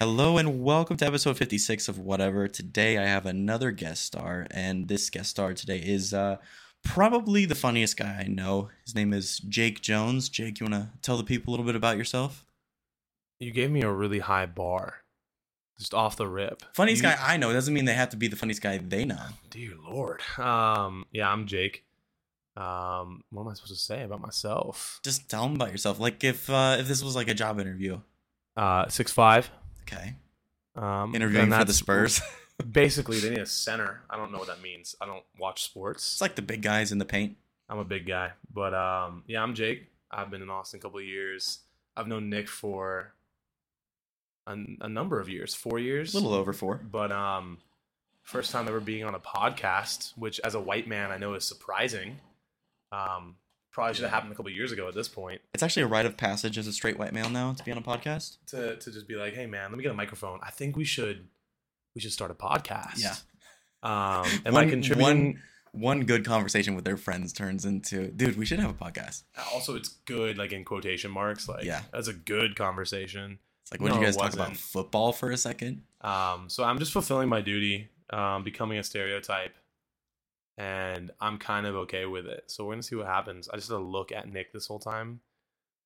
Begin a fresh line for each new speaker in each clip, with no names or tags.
Hello and welcome to episode 56 of Whatever. Today I have another guest star, and this guest star today is uh, probably the funniest guy I know. His name is Jake Jones. Jake, you want to tell the people a little bit about yourself?
You gave me a really high bar, just off the rip.
Funniest
You-
guy I know doesn't mean they have to be the funniest guy they know.
Dear Lord. Um, yeah, I'm Jake. Um, what am I supposed to say about myself?
Just tell them about yourself. Like if uh, if this was like a job interview,
Uh, six five.
okay,
Um,
interviewing
and
for the
that's-
Spurs.
Basically, they need a center. I don't know what that means. I don't watch sports.
it's like the big guys in the paint.
I'm a big guy, but um, yeah, I'm Jake. I've been in Austin a couple of years. I've known Nick for a, a number of years, four years,
A little over four.
but um first time ever being on a podcast which as a white man i know is surprising um probably should have happened a couple years ago at this point
It's actually a rite of passage as a straight white male now to be on a podcast.
to to just be like hey man let me get a microphone i think we should we should start a podcast
Yeah.
um am i
One-
contributing
one- One good conversation with their friends turns into, dude, we should have a podcast.
also it's good like in quotation marks like
Yeah.
that's a good conversation
It's like, what did
No,
you
it
guys talk about
wasn't.
football for a second?
Um, so I'm just fulfilling my duty, um, becoming a stereotype, and I'm kind of okay with it. So we're gonna see what happens. I just had to look at Nick this whole time,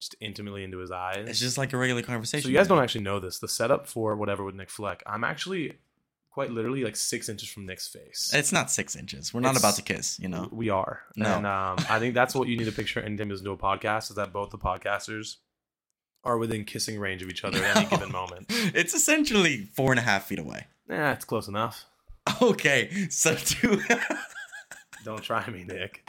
just intimately into his eyes.
It's just like a regular conversation.
so you guys don't actually know this. The setup for whatever with Nick Fleck, I'm actually quite literally like six inches from Nick's face.
It's not six inches. We're not
It's-
about to kiss, you know.
We are,
No.
and um, I think that's what you need to picture anytime you listen to a podcast is that both the podcasters are within kissing range of each other at any
No.
given moment.
It's essentially four and a half feet away.
Yeah, it's close enough.
Okay, so two.
Don't try me, Nick.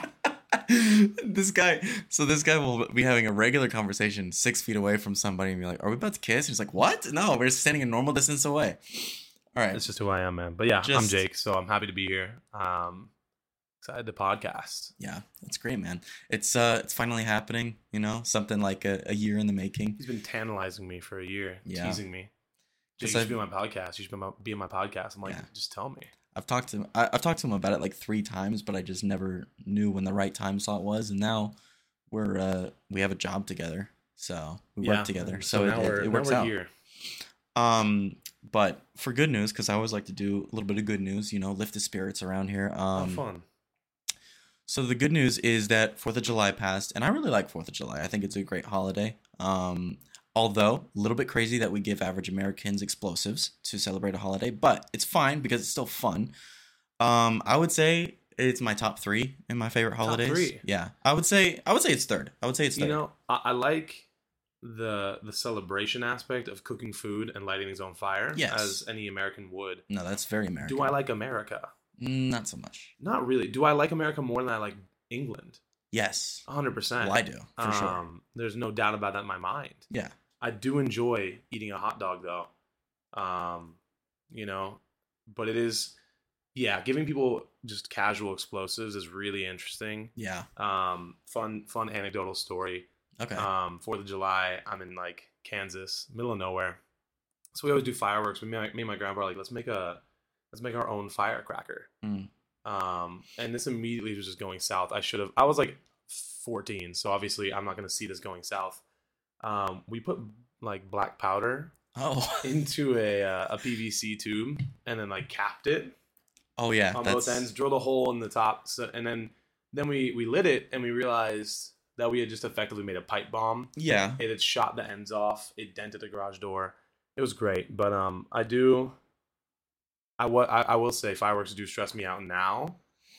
this guy, so this guy will be having a regular conversation six feet away from somebody and be like, "Are we about to kiss?" he's like, "What? No, we're standing a normal distance away." All right,
It's just who I am, man. But yeah, I'm
Just-
Jake, so I'm happy to be here. Um, excited to podcast.
yeah, that's great, man. It's uh, it's finally happening. You know, something like a, a year in the making.
He's been tantalizing me for a year,
Yeah.
teasing me. Jake,
Yes,
you
I've-
should be on my podcast. You should be on my, be on my podcast. I'm like,
Yeah.
just tell me.
I've talked to him. I, I've talked to him about it like three times, but I just never knew when the right time slot was. And now we're uh, we have a job together, so we
Yeah.
work together. So,
now
it,
we're,
it, it
now
works
we're
out.
here.
Um, but for good news, because I always like to do a little bit of good news. You know, lift the spirits around here.
How
Um,
fun.
so the good news is that Fourth of July passed, and I really like Fourth of July. I think it's a great holiday. Um, although a little bit crazy that we give average Americans explosives to celebrate a holiday, but it's fine because it's still fun. Um, I would say it's my top three in my favorite holidays.
three?
Yeah, I would say I would say it's third. I would say it's third.
You know, I, I like the the celebration aspect of cooking food and lighting things on fire,
Yes.
as any American would.
no, that's very American.
Do I like America?
Mm, Not so much.
Not really. Do I like America more than I like England?
Yes.
100%.
Well, I do for sure.
Um, There's no doubt about that in my mind.
Yeah.
I do enjoy eating a hot dog though. Um, you know, but it is yeah, giving people just casual explosives is really interesting.
Yeah.
Um, fun fun anecdotal story.
Okay.
Um, 4th of July, I'm in like Kansas, middle of nowhere. So we always do fireworks, but me, and my- me and my grandpa are like, let's make a let's make our own firecracker.
Mm.
Um, and this immediately was just going south. I should have I was like 14, so obviously I'm not gonna see this going south. Um, we put like black powder
oh.
into a uh, a PVC tube and then like capped it
oh yeah.
on
that's
both ends, drilled a hole in the top, so, and then then we we lit it and we realized that we had just effectively made a pipe bomb.
yeah.
It had shot the ends off. It dented a garage door. It was great, but um, I do. I wa- I, I will say fireworks do stress me out now,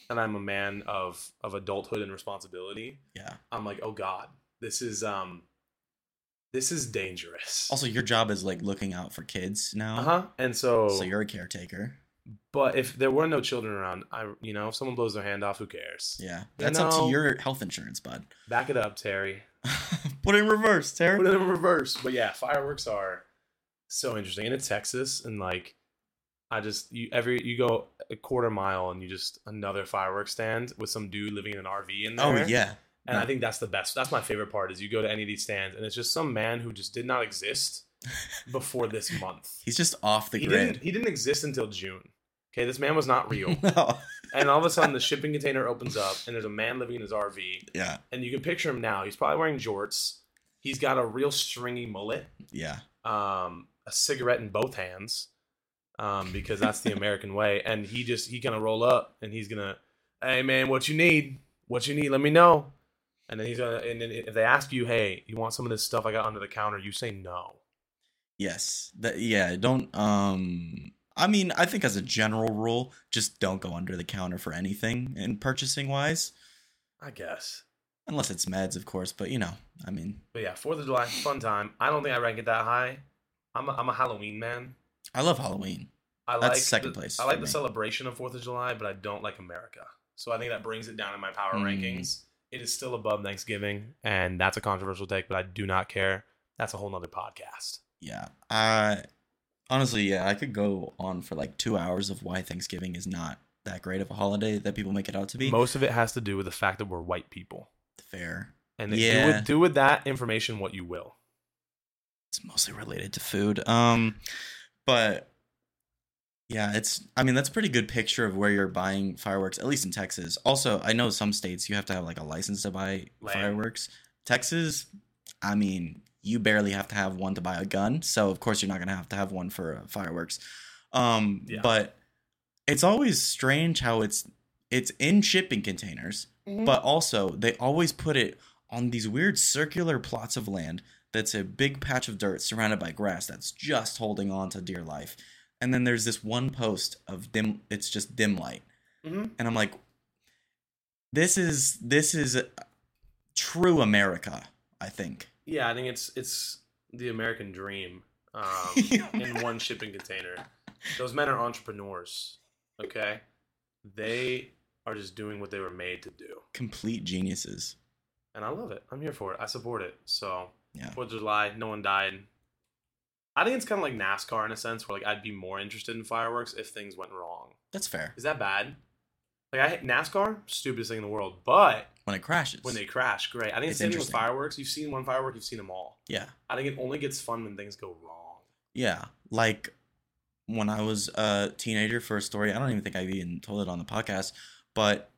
and I'm a man of of adulthood and responsibility.
Yeah.
I'm like, oh god, this is um, this is dangerous.
Also, your job is like looking out for kids now.
Uh huh. And so,
So you're a caretaker.
but if there were no children around, I, you know, if someone blows their hand off, who cares?
Yeah.
You
That's up to
know-
your health insurance, bud.
Back it up, Terry.
Put it in reverse,
Put
Terry.
it in reverse. But yeah, fireworks are so interesting. And it's Texas, and like, I just you every you go a quarter mile and you just another fireworks stand with some dude living in an RV in
Oh
there.
yeah.
And
No.
I think that's the best. That's my favorite part is you go to any of these stands and it's just some man who just did not exist before this month.
He's just off the
He didn't.
grid.
He didn't exist until June. Okay, this man was not real.
No.
and all of a sudden the shipping container opens up and there's a man living in his RV
Yeah.
and you can picture him now. He's probably wearing jorts. He's got a real stringy mullet.
Yeah.
Um, a cigarette in both hands um, because that's the American way. And he just he gonna roll up and he's gonna, hey man, what you need, what you need, let me know. And then he's gonna and then if they ask you, hey, you want some of this stuff I got under the counter, you say no.
Yes. That yeah, don't um I mean, I think as a general rule, just don't go under the counter for anything in purchasing wise,
I guess.
unless it's meds, of course, but you know, I mean,
But yeah, Fourth of July, fun time. I don't think I rank it that high. I'm a, I'm a Halloween man.
I love Halloween.
I
That's
like
second
the-
place
I like
for
the
me.
celebration of Fourth of July, but I don't like America. So I think that brings it down in my power
Mm.
rankings. It is still above Thanksgiving, and that's a controversial take, but I do not care. That's a whole nother podcast.
Yeah. I honestly, yeah, I could go on for like 2 hours of why Thanksgiving is not that great of a holiday that people make it out to be.
Most of it has to do with the fact that we're white people,
fair.
and do
Yeah.
with- do with that information what you will.
It's mostly related to food. Um but yeah, it's I mean, that's a pretty good picture of where you're buying fireworks at least in Texas. Also, I know some states you have to have like a license to buy
Lame.
fireworks. Texas, I mean, you barely have to have one to buy a gun, so of course you're not going to have to have one for uh, fireworks. Um
Yeah.
but it's always strange how it's it's in shipping containers, but also they always put it on these weird circular plots of land that's a big patch of dirt surrounded by grass that's just holding on to dear life. And then there's this one post of dim it's just dim light.
Mhm.
And I'm like this is this is uh, true America, I think.
Yeah, I think it's it's the American dream um, in one shipping container. Those men are entrepreneurs. Okay, they are just doing what they were made to do,
Complete geniuses.
and I love it. I'm here for it. I support it. So
Yeah.
Fourth of July, no one died. I think it's kind of like NASCAR in a sense, where like I'd be more interested in fireworks if things went wrong.
That's fair.
Is that bad? Like I NASCAR, stupidest thing in the world, but
When it crashes.
when they crash, great. I think
It's
it's the same thing with
interesting.
fireworks. You've seen one firework, you've seen them all.
Yeah.
I think it only gets fun when things go wrong.
Yeah, like when I was a teenager for a story, I don't even think I even told it on the podcast, but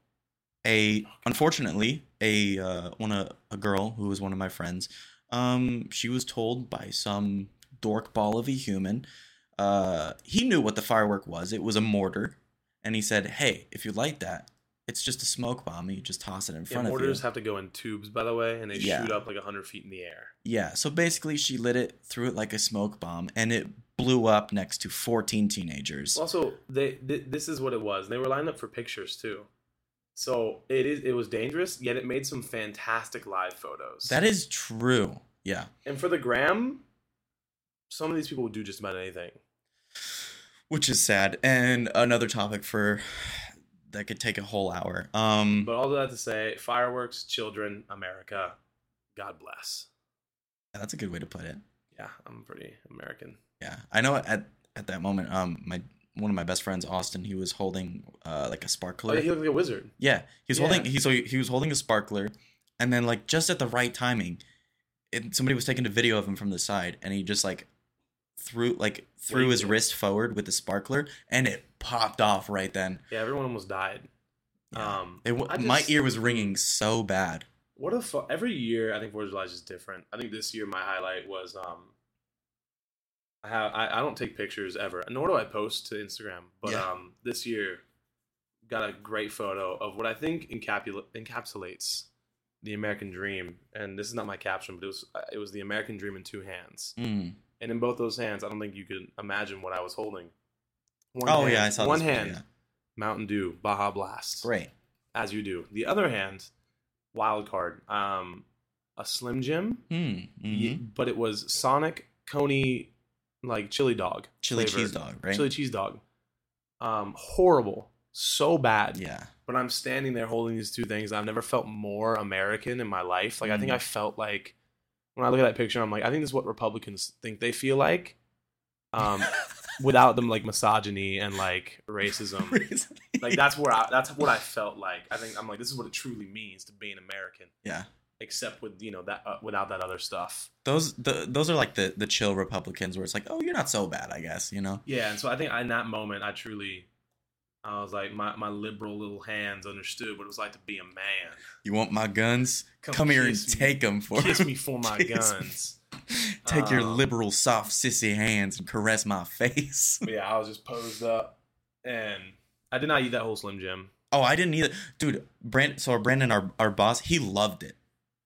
a unfortunately a uh, one a, a girl who was one of my friends, um, she was told by some dork ball of a human, uh, he knew what the firework was. It was a mortar, and he said, "Hey, if you light that, it's just a smoke bomb. You just toss it in
Yeah,
front of you."
mortars have to go in tubes, by the way, and they
Yeah.
shoot up like 100 feet in the air.
Yeah, so basically, she lit it, threw it like a smoke bomb, and it blew up next to 14 teenagers.
Also, they th- this is what it was. They were lined up for pictures too, so it is it was dangerous. Yet it made some fantastic live photos.
That is true. Yeah.
and for the gram, some of these people would do just about anything.
Which is sad. And another topic for that could take a whole hour. Um
But all that to say, fireworks, children, America, God bless.
that's a good way to put it.
Yeah, I'm pretty American.
Yeah. I know at at that moment, um my one of my best friends, Austin, he was holding uh like a
Oh,
sparkler.
yeah, he looked like a wizard.
Yeah, he was
Yeah.
holding he so he was holding a sparkler, and then like just at the right timing, and somebody was taking a video of him from the side, and he just like threw like threw
Waved
his
it.
wrist forward with the sparkler, and it popped off right then.
Yeah, everyone almost died.
Yeah.
Um,
It, w-
I
my
just-
ear was ringing so bad.
What a fu- every year I think Fourth of July is just different. I think this year my highlight was um I have I, I don't take pictures ever, nor do I post to Instagram. But
Yeah.
um this year got a great photo of what I think encapula- encapsulates the American dream. And this is not my caption, but it was uh, it was the American dream in two hands.
Mm.
And in both those hands, I don't think you could imagine what I was holding. One
Oh
hand-
yeah, I saw
one
this video,
hand
yeah.
Mountain Dew Baja Blast
Great.
as you do. The other hand, wild card, um, a Slim Jim,
Mm.
y-
mhm.
but it was Sonic Coney, like chili dog,
Chili
flavored.
cheese dog, right?
chili cheese dog. Um, horrible, so bad.
yeah.
But I'm standing there holding these two things. I've never felt more American in my life. Like I think
Mm.
I felt like when I look at that picture, I'm like, I think this is what Republicans think they feel like. Um, without them like misogyny and like racism um, like that's where I that's what I felt like. I think I'm like this is what it truly means to be an American,
yeah.
except with you know that uh, without that other stuff.
Those the those are like the the chill Republicans where it's like, oh, you're not so bad, I guess. You know.
Yeah, and so I think in that moment I truly, I was like my my liberal little hands understood what it was like to be a man.
You want my guns? Come, here and
kiss me-
take them for
kiss
me.
me for my
Kiss me.
guns.
Take your
Um,
liberal, soft, sissy hands and caress my face.
But yeah, I was just posed up, and I did not eat that whole Slim Jim.
Oh, I didn't either, dude. Brand, so Brandon, our our boss, he loved it.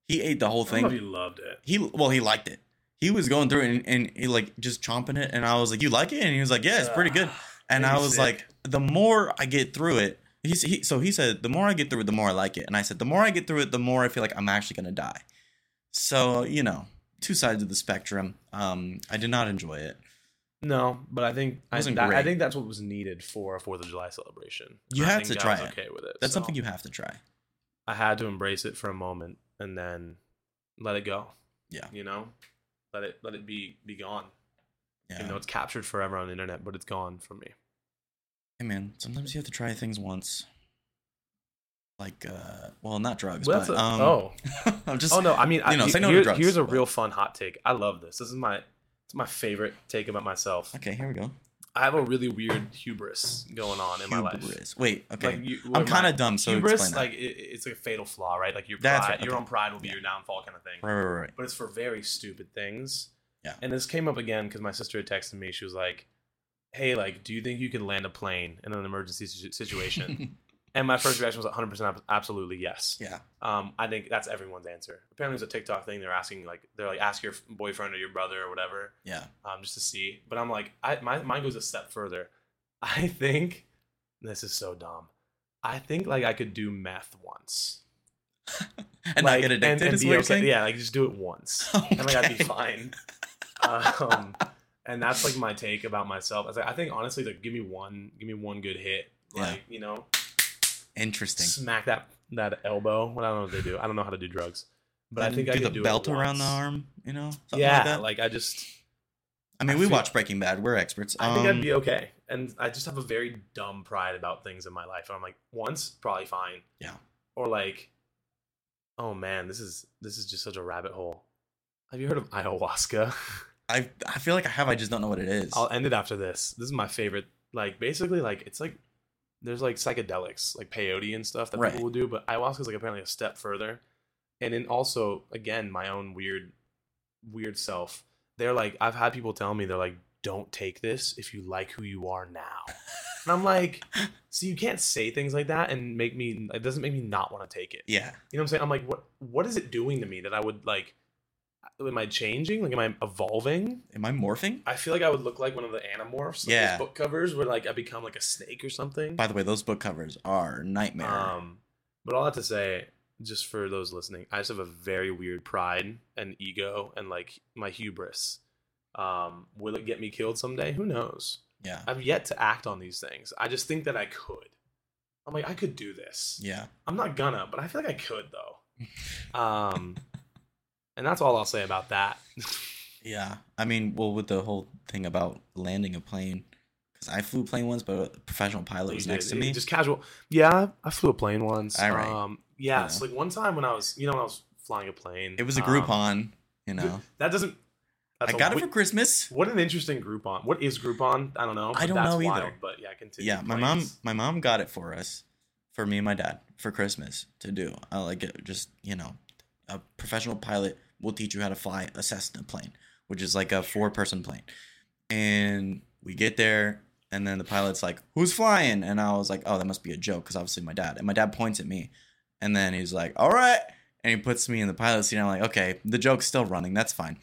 He ate the whole
I don't
thing.
know if you loved it.
he well he liked it he was going through it and, and he like just chomping it and i was like you like it and he was like yeah it's
Uh,
pretty good and
Made
i
me
was
sick.
like the more i get through it he's, he so he said the more i get through it the more i like it and i said the more i get through it the more i feel like i'm actually gonna die so you know two sides of the spectrum um i did not enjoy it
No, but I think I,
Wasn't
that- I
great.
think that's what was needed for a Fourth of July celebration.
You
I
had to
think I
try
was
it.
Okay with it.
that's
so
something you have to try
I had to embrace it for a moment and then let it go.
Yeah.
you know, let it let it be be gone.
yeah
Even though it's captured forever on the internet, but it's gone from me.
hey man sometimes you have to try things once like uh well not drugs
Well,
but
that's a-
um
oh,
i'm just
oh no! I mean, I,
you know,
he-
say no to
here-
drugs,
here's a
but-
real fun hot take. I love this. This is my it's my favorite take about myself.
okay here we go
I have a really weird hubris going on in my life.
Hubris. wait okay
Like, you-
I'm
where my-
kind of dumb, so
hubris,
explain
like it, it's a fatal flaw, right? Like your
That's
pride,
right,
your
okay.
own pride will be
Yeah.
your downfall, kind of thing.
that. Right, right, right.
But it's for very stupid things.
Yeah.
And this came up again because my sister had texted me. She was like, "Hey, like, do you think you can land a plane in an emergency situ- situation?" and my first reaction was 100 percent absolutely yes.
yeah.
Um, I think that's everyone's answer. Apparently, it's a TikTok thing. They're asking like they're like ask your boyfriend or your brother or whatever
Yeah.
um, just to see. But I'm like, I, my, mine goes a step further. I think this is so dumb. I think like I could do meth once
And
like,
not get addicted
and
is
be
what you're
okay-
saying?
Yeah, like just do it once, and like I'd be
Okay.
fine. Um, and that's like my take about myself. I, was like, I think honestly, like give me one, give me one good hit,
Yeah.
like you know,
Interesting.
smack that that elbow. Well, I don't know what they do. I don't know how to do drugs, but I
And
think
do
I could
the
do
belt
it
around the
once.
arm, you know? Something
Yeah,
like
like,
that.
I just,
I mean, we
I feel-
watch Breaking Bad. We're experts.
I think
Um,
I'd be okay. And I just have a very dumb pride about things in my life. And I'm like, once, probably fine.
Yeah.
Or like, oh man, this is this is just such a rabbit hole. Have you heard of ayahuasca?
I I feel like I have. I just don't know what it is.
I'll end it after this. This is my favorite. Like basically, like it's like there's like psychedelics, like peyote and stuff that
Right.
people will do, but ayahuasca is like apparently a step further. And then also, again, my own weird, weird self. They're like, I've had people tell me they're like, don't take this if you like who you are now. And I'm like, so you can't say things like that and make me. It doesn't make me not want to take it.
yeah.
You know what I'm saying? I'm like, what? What is it doing to me that I would like? Am I changing? Like, am I evolving?
Am I morphing?
I feel like I would look like one of the Animorphs. like
Yeah.
Those book covers where like I become like a snake or something.
By the way, those book covers are nightmare.
Um, but all that to say, just for those listening, I just have a very weird pride and ego and like my hubris. Um, will it get me killed someday? Who knows?
yeah.
I've yet to act on these things. I just think that I could. I'm like, I could do this.
yeah.
I'm not gonna, but I feel like I could though. Um, and that's all I'll say about that.
Yeah. I mean, well, with the whole thing about landing a plane, because I flew a plane once, but a professional pilot
You
was
did.
next to
It-
me.
Just casual. Yeah, I flew a plane once.
All right.
Um, yeah,
Yeah.
so like one time when I was, you know, when I was flying a plane,
it was a
um,
Groupon, you know.
That doesn't.
I
a
got it
wi-
for Christmas.
What an interesting Groupon. What is Groupon? I don't know.
I
but
don't
that's
know either.
wild, But yeah, continue.
yeah my mom
planes.
my mom got it for us for me and my dad for christmas to do i like it just you know a professional pilot will teach you how to fly a cessna plane which is like a four person plane and we get there and then the pilot's like who's flying and i was like oh that must be a joke because obviously my dad and my dad points at me and then he's like all right and he puts me in the pilot seat and i'm like okay the joke's still running that's fine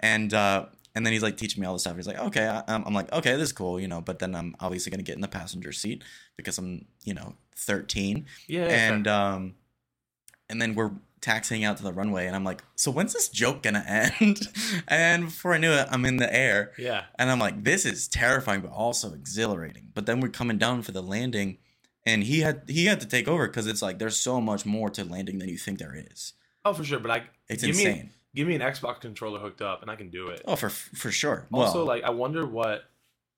and uh and then he's like teaching me all this stuff. He's like, okay, I, um," I'm I'm like, okay, this is cool, you know. But then I'm obviously gonna get in the passenger seat because I'm, you know, 13,
Yeah.
and um, and then we're taxiing out to the runway, and I'm like, so when's this joke gonna end? and before I knew it, I'm in the air,
yeah.
and I'm like, this is terrifying, but also exhilarating. But then we're coming down for the landing, and he had he had to take over because it's like there's so much more to landing than you think there is.
Oh, for sure. But I.
It's
give
insane.
Me, give me an Xbox controller hooked up, and I can do it.
oh, for for sure.
also,
well,
like I wonder what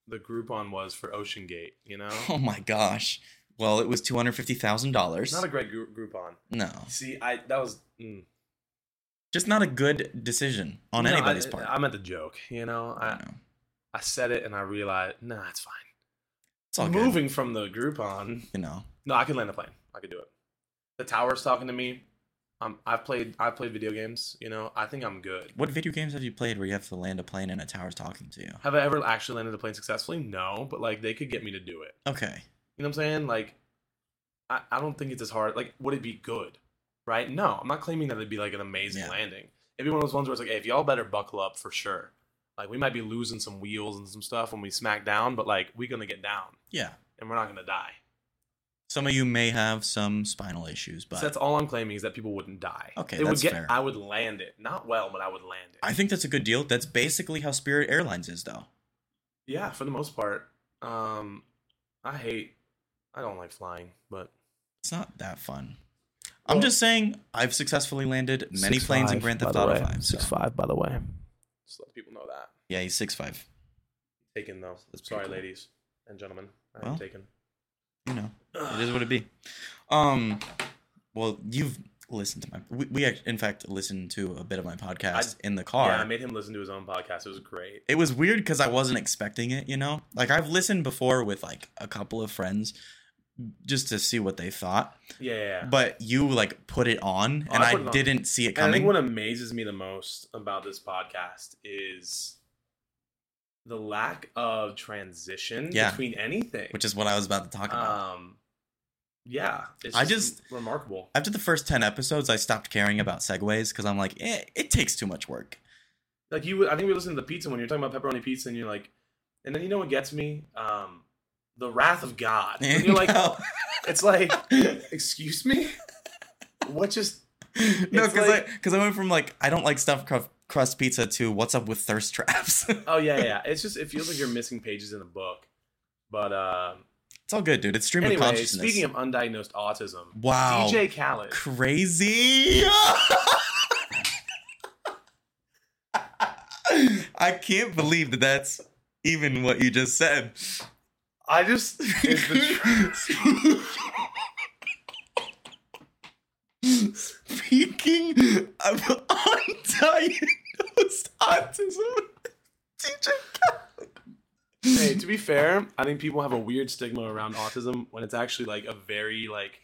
the Groupon was for Ocean Gate. You know,
Oh my gosh. Well, it was two hundred fifty thousand dollars.
not a great grou- Groupon.
No,
See, I that was. Mm.
just not a good decision on
No,
anybody's
I,
part.
I meant the joke. You know, I,
You know,
I said it and I realized, nah, it's fine.
it's all good.
Moving from the Groupon,
You know,
no, I could land a plane. I could do it. The tower's talking to me. Um, I've played I've played video games. You know, I think I'm good.
What video games have you played where you have to land a plane and a tower's talking to you?
Have I ever actually landed a plane successfully? No, but like they could get me to do it.
Okay.
You know what I'm saying? Like, I, I don't think it's as hard. Like, would it be good? Right? No, I'm not claiming that it'd be like an amazing
Yeah.
landing. It'd be one of those ones where it's like, hey, if y'all better buckle up for sure. Like, we might be losing some wheels and some stuff when we smack down, but like, we're gonna get down
Yeah.
and we're not gonna die.
Some of you may have some spinal issues, but
so that's all I'm claiming is that people wouldn't die.
Okay,
it would
that's
get.
fair.
I would land it, not well, but I would land it.
I think that's a good deal. That's basically how Spirit Airlines is, though.
yeah, for the most part. Um, I hate. I don't like flying, but
It's not that fun.
Well-
I'm just saying, I've successfully landed many planes in Grand Theft Auto Five. So.
five, by the way. Just let people know that.
Yeah, he's six five.
Taken though.
That's
Sorry,
pretty cool.
ladies and gentlemen. I'm
Well,
taken.
You know, it is what it be. Um, well, you've listened to my. We, we act- in fact listened to a bit of my podcast in the car.
Yeah, I made him listen to his own podcast. It was great.
it was weird because I wasn't expecting it, you know? Like, I've listened before with like a couple of friends just to see what they thought,
Yeah, yeah, yeah.
but you like put it on
Oh,
and
I
I,
put it on.
didn't see it
And I
coming.
think what amazes me the most about this podcast is the lack of transition
Yeah.
between anything.
which is what I was about to talk about.
um, yeah, it's
I
remarkable.
After the first 10 episodes, I stopped caring about segues because I'm like, eh, it takes too much work.
like you I think we listened to the pizza when you're talking about pepperoni pizza and you're like and then you know what gets me? Um the wrath of God. And you're like
no,
it's like excuse me? What just
because
like-
I, because I went from like, I don't like stuffed crust, crust pizza to what's up with thirst traps. it's
Oh yeah, yeah, yeah. It's just it feels like you're missing pages in a book. But uh,
all good, dude. It's stream of
anyway,
consciousness.
speaking of undiagnosed autism,
wow.
DJ Khaled.
crazy. I can't believe that that's even what you just said.
I just is the tr-
Speaking of undiagnosed autism, DJ
hey, to be fair, I think people have a weird stigma around autism when it's actually like a very like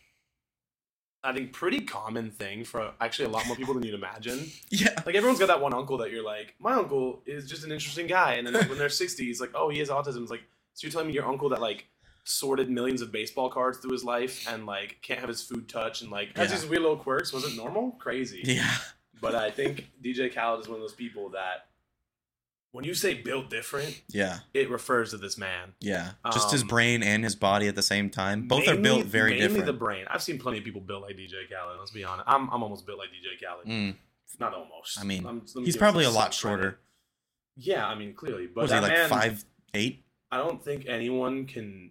I think pretty common thing for actually a lot more people than you'd imagine.
Yeah,
Like everyone's got that one uncle that you're like, my uncle is just an interesting guy, and then like, when they're sixty, he's like, oh, he has autism. It's like, so you're telling me your uncle that like sorted millions of baseball cards through his life and like can't have his food touch and like has
Yeah.
these weird little quirks wasn't normal? Crazy.
yeah.
But I think DJ Khaled is one of those people that when you say built different,
Yeah,
it refers to this man.
yeah. Just his
Um,
brain and his body at the same time. Both are
Mainly-
built very
mainly
different.
the brain. I've seen plenty of people built like DJ Khaled. Let's be honest. I'm, I'm almost built like DJ Khaled.
Mm,
Not almost.
I mean,
I'm- let me
he's
give
probably a
myself
lot
credit.
shorter.
Yeah, I mean, clearly, but
Was he
that
like
man,
five eight?
I don't think anyone can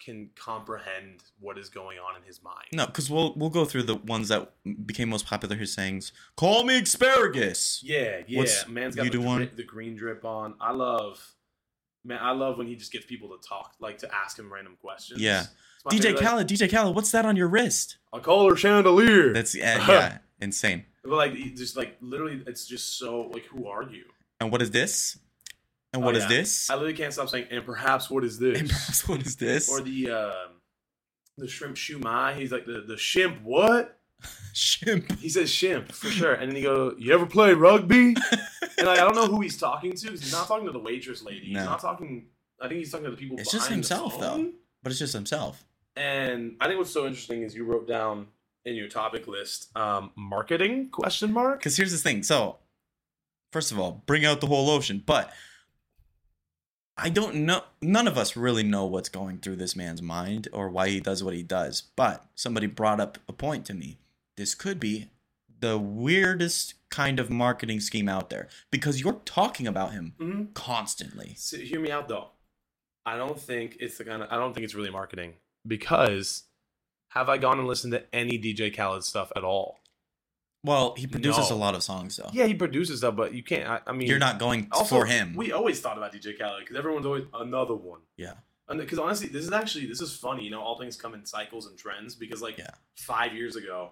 can comprehend what is going on in his mind.
No, because we'll we'll go through the ones that became most popular. His sayings: "Call me asparagus."
Yeah, yeah.
What's-
Man's got
you
the,
do
dri-
one?
the green drip on. I love, man. I love when he just gets people to talk, like to ask him random questions.
Yeah.
It's my
DJ
favorite, like,
Khaled, DJ Khaled, what's that on your wrist?
I call her chandelier.
That's uh, yeah, insane.
but like, he just like literally, it's just so like, who are you?
And what is this? And
Oh,
what is
yeah.
this?
I literally can't stop saying, and perhaps what is this?
And perhaps what is this?
or the um the shrimp shumai. He's like the the shimp. What?
Shimp.
He says shimp for sure. And then he go, "You ever play rugby?" and like, I don't know who he's talking to. 'cause He's not talking to the waitress lady.
No.
He's not talking. I think he's talking to the people.
It's just
behind the
himself, though.
phone.
But it's just himself.
And I think what's so interesting is you wrote down in your topic list um, marketing question mark.
Because here's the thing. So, first of all, bring out the whole ocean. But I don't know. None of us really know what's going through this man's mind or why he does what he does. But somebody brought up a point to me. This could be the weirdest kind of marketing scheme out there because you're talking about him
Mm-hmm.
constantly.
So, hear me out though. I don't think it's the kind of. I don't think it's really marketing because have I gone and listened to any DJ Khaled stuff at all?
Well, he produces
No.
a lot of songs, though.
Yeah, he produces stuff, but you can't. I, I mean,
You're not going
also,
for him.
We always thought about DJ Khaled because everyone's always another one.
yeah.
Because honestly, this is actually this is funny. You know, all things come in cycles and trends. Because like
Yeah.
five years ago,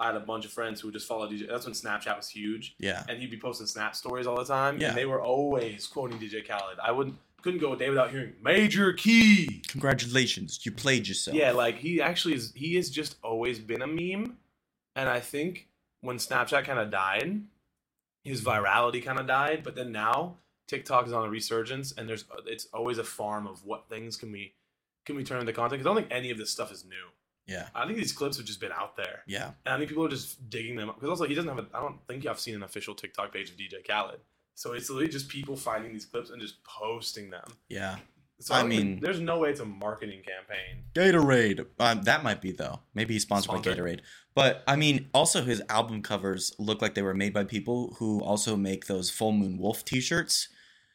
I had a bunch of friends who just followed DJ. That's when Snapchat was huge,
Yeah.
and he'd be posting Snap stories all the time.
Yeah.
And they were always quoting DJ Khaled. I wouldn't couldn't go a day without hearing Major Key.
Congratulations, you played yourself.
Yeah, like he actually is. He has just always been a meme, and I think when Snapchat kind of died, his virality kind of died. But then now TikTok is on a resurgence, and there's it's always a farm of what things can we can we turn into content. 'Cause I don't think any of this stuff is new.
Yeah.
I think these clips have just been out there,
Yeah.
and I think people are just digging them up. Because also he doesn't have a I don't think I've seen an official TikTok page of DJ Khaled. So it's literally just people finding these clips and just posting them.
Yeah.
So
I
don't think-
mean-
there's no way it's a marketing campaign.
Gatorade. Um, that might be though. Maybe he's sponsored by
Sponsored.
Gatorade. But I mean, also his album covers look like they were made by people who also make those full moon wolf T-shirts.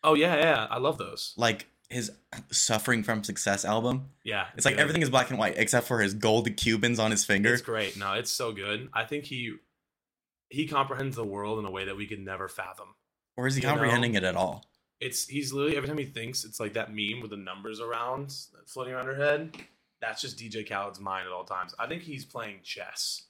Oh yeah, yeah, I love those.
Like his "Suffering from Success" album.
Yeah,
It's like
good.
everything is black and white except for his gold Cubans on his finger.
It's great. No, it's so good. I think he he comprehends the world in a way that we could never fathom.
Or is he
you know?
comprehending it at all?
It's he's literally every time he thinks it's like that meme with the numbers around floating around her head. That's just DJ Khaled's mind at all times. I think he's playing chess.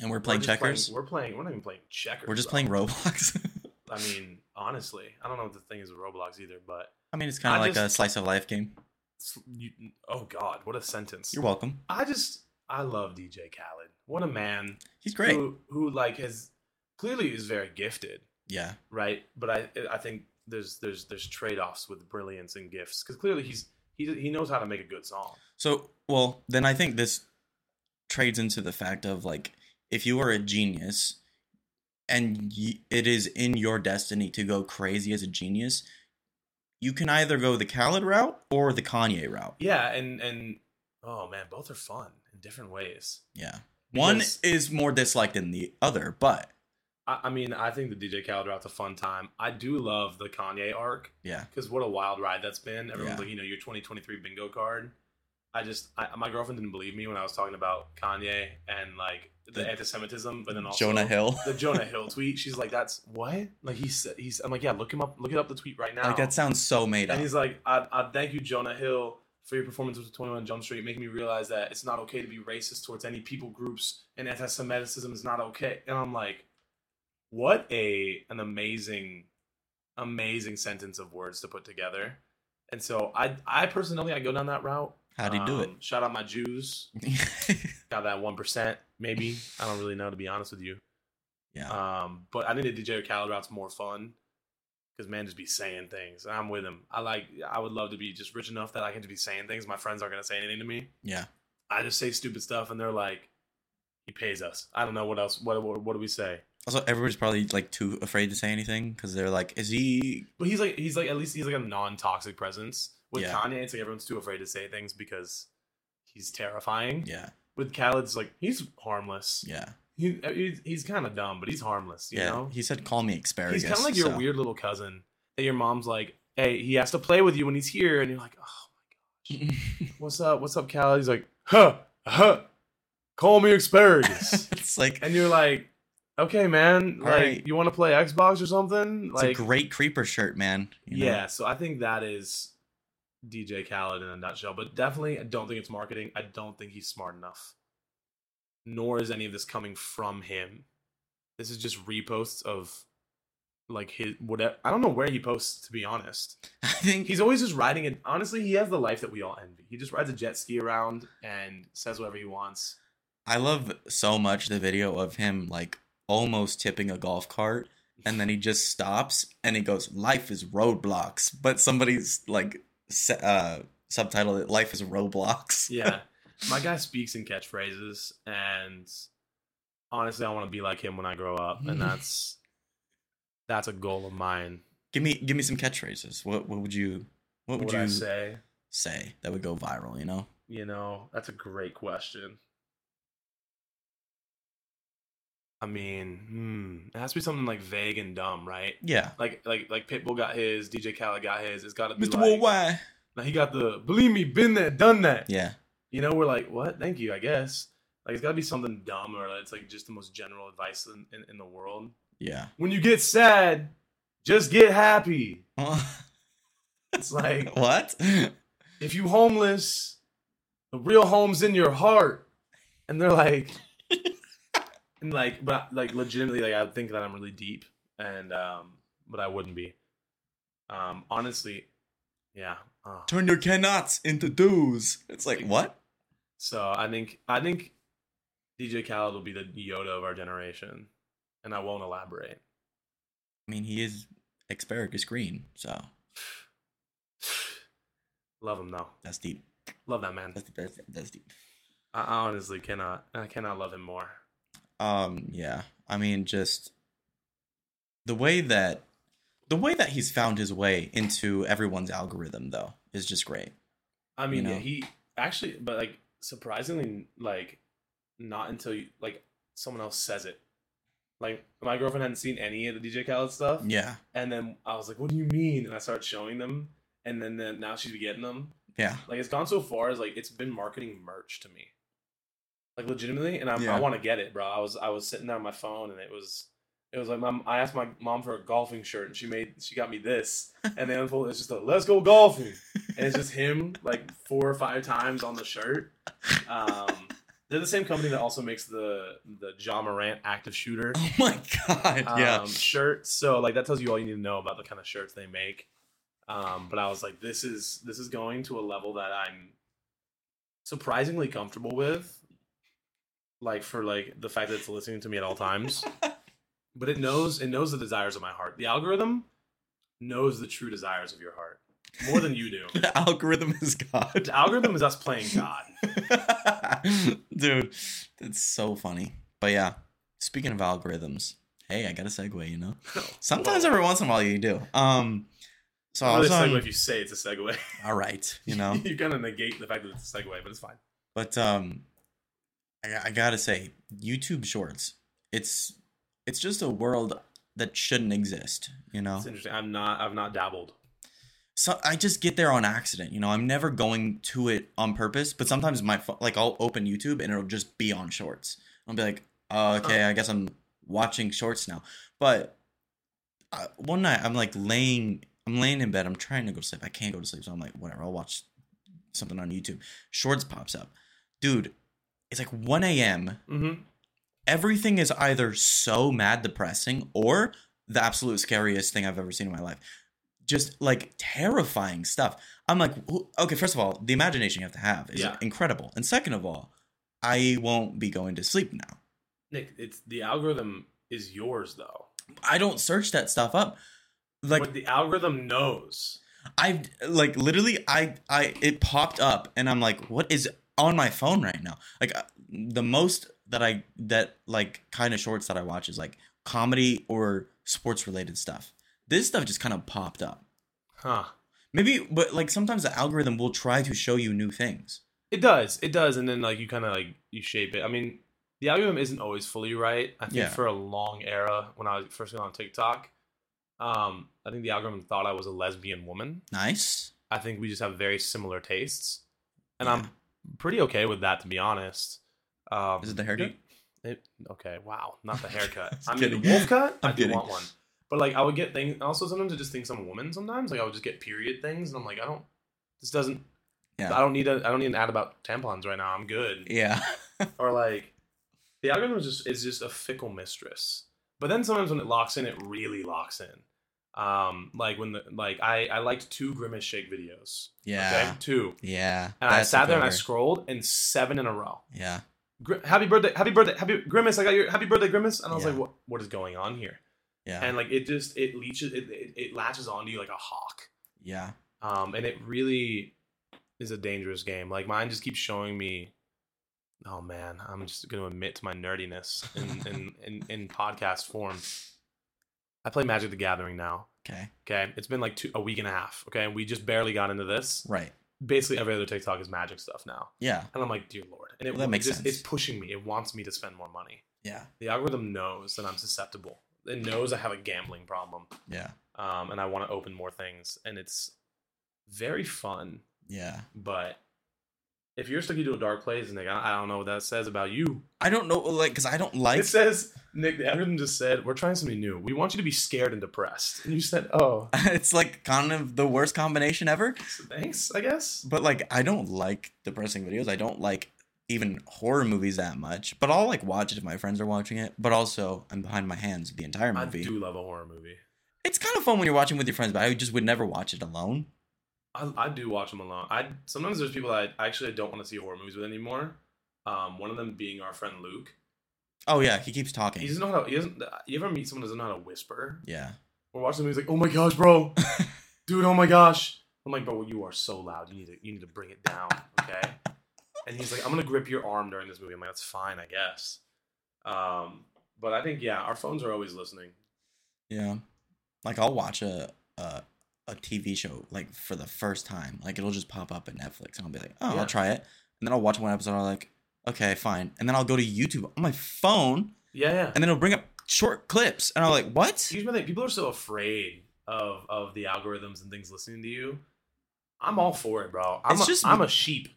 And we're playing
We're just
checkers.
we're playing. We're not even playing checkers.
we're just
though.
playing Roblox.
I mean, honestly, I don't know what the thing is with Roblox either, but
I mean, it's kind of
I
like a
just-
slice of life game.
it's- you- oh god, what a sentence!
You're welcome.
I just I love DJ Khaled. What a man
He's great.
who who like has clearly is very gifted.
Yeah.
right? But I I think there's there's there's trade offs with brilliance and gifts because clearly he's he he knows how to make a good song.
So, well, then I think this trades into the fact of like, if you are a genius and y- it is in your destiny to go crazy as a genius, you can either go the Khaled route or the Kanye route.
Yeah, and and oh man, both are fun in different ways.
Yeah.
Because-
One is more disliked than the other, but
I, I mean, I think the DJ Khaled route's a fun time. I do love the Kanye arc
yeah.
because what a wild ride that's been. Everyone's
Yeah.
like, you know, your 2023 bingo card. I just I, my girlfriend didn't believe me when I was talking about Kanye and like the,
The-
anti-Semitism, but then also
Jonah Hill.
the Jonah Hill tweet. She's like, "That's what?" Like he's he's. I'm like, "Yeah, look him up. Look it up the tweet right now."
Like, that sounds so made up.
And he's like, I, I thank you, Jonah Hill, for your performance with 21 Jump Street, making me realize that it's not okay to be racist towards any people groups and anti Semitism is not okay. And I'm like, what a an amazing, amazing sentence of words to put together. And so I I personally I go down that route.
How'd he do
Um, Shout out my Jews.
it?
Got that one percent, maybe. I don't really know to be honest with you.
yeah.
Um, but I think the DJ Khaled route's more fun because man just be saying things. I'm with him. I like. I would love to be just rich enough that I can just be saying things. My friends aren't gonna say anything to me.
Yeah.
I just say stupid stuff, and they're like, "He pays us." I don't know what else. What what, what do we say?
Also, everybody's probably like too afraid to say anything because they're like, is he
But he's like, he's like, at least he's like a non-toxic presence. With
Yeah.
Kanye, it's like everyone's too afraid to say things because he's terrifying.
Yeah,
With Khaled, it's like he's harmless.
yeah,
He, he's he's kind of dumb, but he's harmless. You
yeah.
know,
He said, "Call me asparagus."
He's kind of like your
so-
weird little cousin that your mom's like, hey, he has to play with you when he's here, and you're like, oh, what's up? What's up, Cal? He's like, huh, huh, call me asparagus,
it's like
and you're like, okay, man,
All
like,
right.
you want to play Xbox or something?
it's
like,
a great creeper shirt, man. you know?
yeah. So I think that is DJ Khaled in a nutshell, but definitely, I don't think it's marketing. I don't think he's smart enough, nor is any of this coming from him. This is just reposts of like his whatever. I don't know where he posts to be honest.
I think
He's always just riding it. Honestly, he has the life that we all envy. He just rides a jet ski around and says whatever he wants.
I love so much the video of him like almost tipping a golf cart, and then he just stops and he goes, "Life is roadblocks," but somebody's like se- uh, subtitled it, "Life is Roblox."
Yeah, my guy speaks in catchphrases, and honestly, I want to be like him when I grow up, and that's that's a goal of mine.
Give me, give me some catchphrases. What, what would you, what
What
would
would
you
I say?
say that would go viral? You know.
You know, that's a great question. I mean, hmm, it has to be something like vague and dumb, right?
Yeah.
Like, like, like Pitbull got his, DJ Khaled got his. It's got to be
Mr.
like-
Worldwide.
Now he got the believe me, been there, done that.
Yeah.
you know, we're like, what? Thank you, I guess. Like, it's got to be something dumb or it's like just the most general advice in, in, in the world.
Yeah.
When you get sad, just get happy. It's like,
what?
if you homeless, the real home's in your heart. And they're like, and like, but like, legitimately, like, I think that I'm really deep and, um, but I wouldn't be. Um, honestly, yeah. Uh,
Turn your cannots into do's. It's like what?
so I think, I think DJ Khaled will be the Yoda of our generation. and I won't elaborate.
I mean, he is asparagus green, so
Love him though.
that's deep.
Love that man.
That's deep. That's, that's deep.
I I honestly cannot. I cannot love him more.
Um, yeah. I mean, just the way that the way that he's found his way into everyone's algorithm, though, is just great.
I mean,
know?
yeah, he actually, but like surprisingly, like not until you, like someone else says it. Like my girlfriend hadn't seen any of the DJ Khaled stuff,
Yeah,
and then I was like, "What do you mean?" And I started showing them, and then, then now she's getting them.
yeah.
Like it's gone so far as like it's been marketing merch to me, like legitimately, and I'm,
Yeah.
I want to get it, bro. I was I was sitting there on my phone, and it was it was like my, I asked my mom for a golfing shirt, and she made she got me this, and they unfolded. It's just like let's go golfing, and it's just him like four or five times on the shirt. Um, they're the same company that also makes the the John Morant active shooter
Oh my god. yeah.
um, shirts. So like that tells you all you need to know about the kind of shirts they make. Um, but I was like, this is this is going to a level that I'm surprisingly comfortable with. Like for like the fact that it's listening to me at all times. but it knows it knows the desires of my heart. The algorithm knows the true desires of your heart. More than you do.
The algorithm is god.
The algorithm is us playing God.
Dude, that's so funny. But yeah, speaking of algorithms, hey, I got a segue, you know? Sometimes
Oh, Whoa.
every once in a while you do. Um, so I
Really
was
a segue
on,
if you say it's a segue.
all right, you know?
you kind of negate the fact that it's a segue, but it's fine.
But um, I, I gotta say, YouTube Shorts, it's it's just a world that shouldn't exist. You know,
It's interesting. I'm not I've not dabbled.
so I just get there on accident. You know, I'm never going to it on purpose. But sometimes my phone, like I'll open YouTube and it'll just be on Shorts. I'll be like, oh, okay, I guess I'm watching Shorts now. But uh, one night I'm like laying, I'm laying in bed. I'm trying to go to sleep. I can't go to sleep, so I'm like, whatever. I'll watch something on YouTube. Shorts pops up, dude. It's like 1 a.m.
Mm-hmm.
everything is either so mad depressing or the absolute scariest thing I've ever seen in my life. Just like terrifying stuff. I'm like, wh- okay, first of all, the imagination you have to have is
Yeah.
incredible. And second of all, I won't be going to sleep now.
Nick, it's the algorithm is yours though.
I don't search that stuff up.
Like
Like
the algorithm knows.
I like literally I I it popped up and I'm like what is on my phone right now? Like uh, the most that I that like kind of shorts that I watch is like comedy or sports related stuff. This stuff just kind of popped up.
Huh.
Maybe but like sometimes the algorithm will try to show you new things.
It does. It does and then like you kind of like you shape it. I mean, the algorithm isn't always fully right. I think
Yeah.
for a long era when I was first got on TikTok, um I think the algorithm thought I was a lesbian woman.
Nice.
I think we just have very similar tastes. And
Yeah.
I'm pretty okay with that to be honest. Um,
Is it the haircut?
It, okay, wow, not the haircut.
Just
I mean,
kidding.
the wolf cut.
I'm
I do
kidding.
want one, but like I would get things. Also, sometimes I just think I'm a woman. Sometimes like I would just get period things, and I'm like, I don't. This doesn't.
Yeah.
I don't need a. I don't need an ad about tampons right now. I'm good.
Yeah.
Or like, the algorithm is just is just a fickle mistress. But then sometimes when it locks in, it really locks in. Um, like when the like I I liked two grimace shake videos.
Yeah.
Okay, two.
Yeah.
And I
That's
sat there and I
over.
scrolled, and seven in a row.
Yeah.
Gr- happy birthday, happy birthday, happy grimace. I got your happy birthday grimace, and I was
Yeah.
like, what, what is going on here?
Yeah.
And like it just it leeches it, it, it latches onto you like a hawk,
yeah.
um, and it really is a dangerous game. Like mine just keeps showing me. Oh man, I'm just going to admit to my nerdiness in in, in in podcast form. I play Magic the Gathering now.
Okay.
Okay, it's been like two, a week and a half. Okay, we just barely got into this.
Right.
Basically, every other TikTok is Magic stuff now,
Yeah.
and I'm like, dear lord, and it,
Well, that
it
makes
just,
sense.
It's pushing me. It wants me to spend more money.
Yeah.
The algorithm knows that I'm susceptible. It knows I have a gambling problem,
Yeah.
um, and I want to open more things. And it's very fun,
Yeah.
but if you're sticking to a dark place, Nick, I, I don't know what that says about you.
I don't know like cuz I don't like
It says, Nick, the algorithm just said, "We're trying something new. We want you to be scared and depressed." And you said, "Oh,
it's like kind of the worst combination ever.
thanks, I guess."
But like, I don't like depressing videos. I don't like even horror movies that much. But I'll like watch it if my friends are watching it. But also, I'm behind my hands the entire
I
movie.
do love a horror movie.
It's kind of fun when you're watching with your friends, but I just would never watch it alone.
I, I do watch them alone. I sometimes there's people that I actually don't want to see horror movies with anymore. Um, one of them being our friend Luke.
Oh yeah, he keeps talking.
He doesn't know how to. He doesn't. You ever meet someone who doesn't know how to whisper?
yeah.
Or watch the movie, he's like, "Oh my gosh, bro, dude, oh my gosh." I'm like, "Bro, you are so loud. You need to. You need to bring it down, okay?" And he's like, "I'm gonna grip your arm during this movie." I'm like, "That's fine, I guess." Um, but I think yeah, our phones are always listening.
Yeah. Like I'll watch a a a TV show like for the first time. Like it'll just pop up at Netflix and I'll be like, "Oh,
Yeah.
I'll try it." And then I'll watch one episode and I'll like, "Okay, fine." And then I'll go to YouTube on my phone
Yeah, yeah.
and then it'll bring up short clips and I'm like, "What?"
Here's my thing. People are so afraid of of the algorithms and things listening to you. I'm all for it, bro. I'm
It's
a,
just-
I'm a sheep.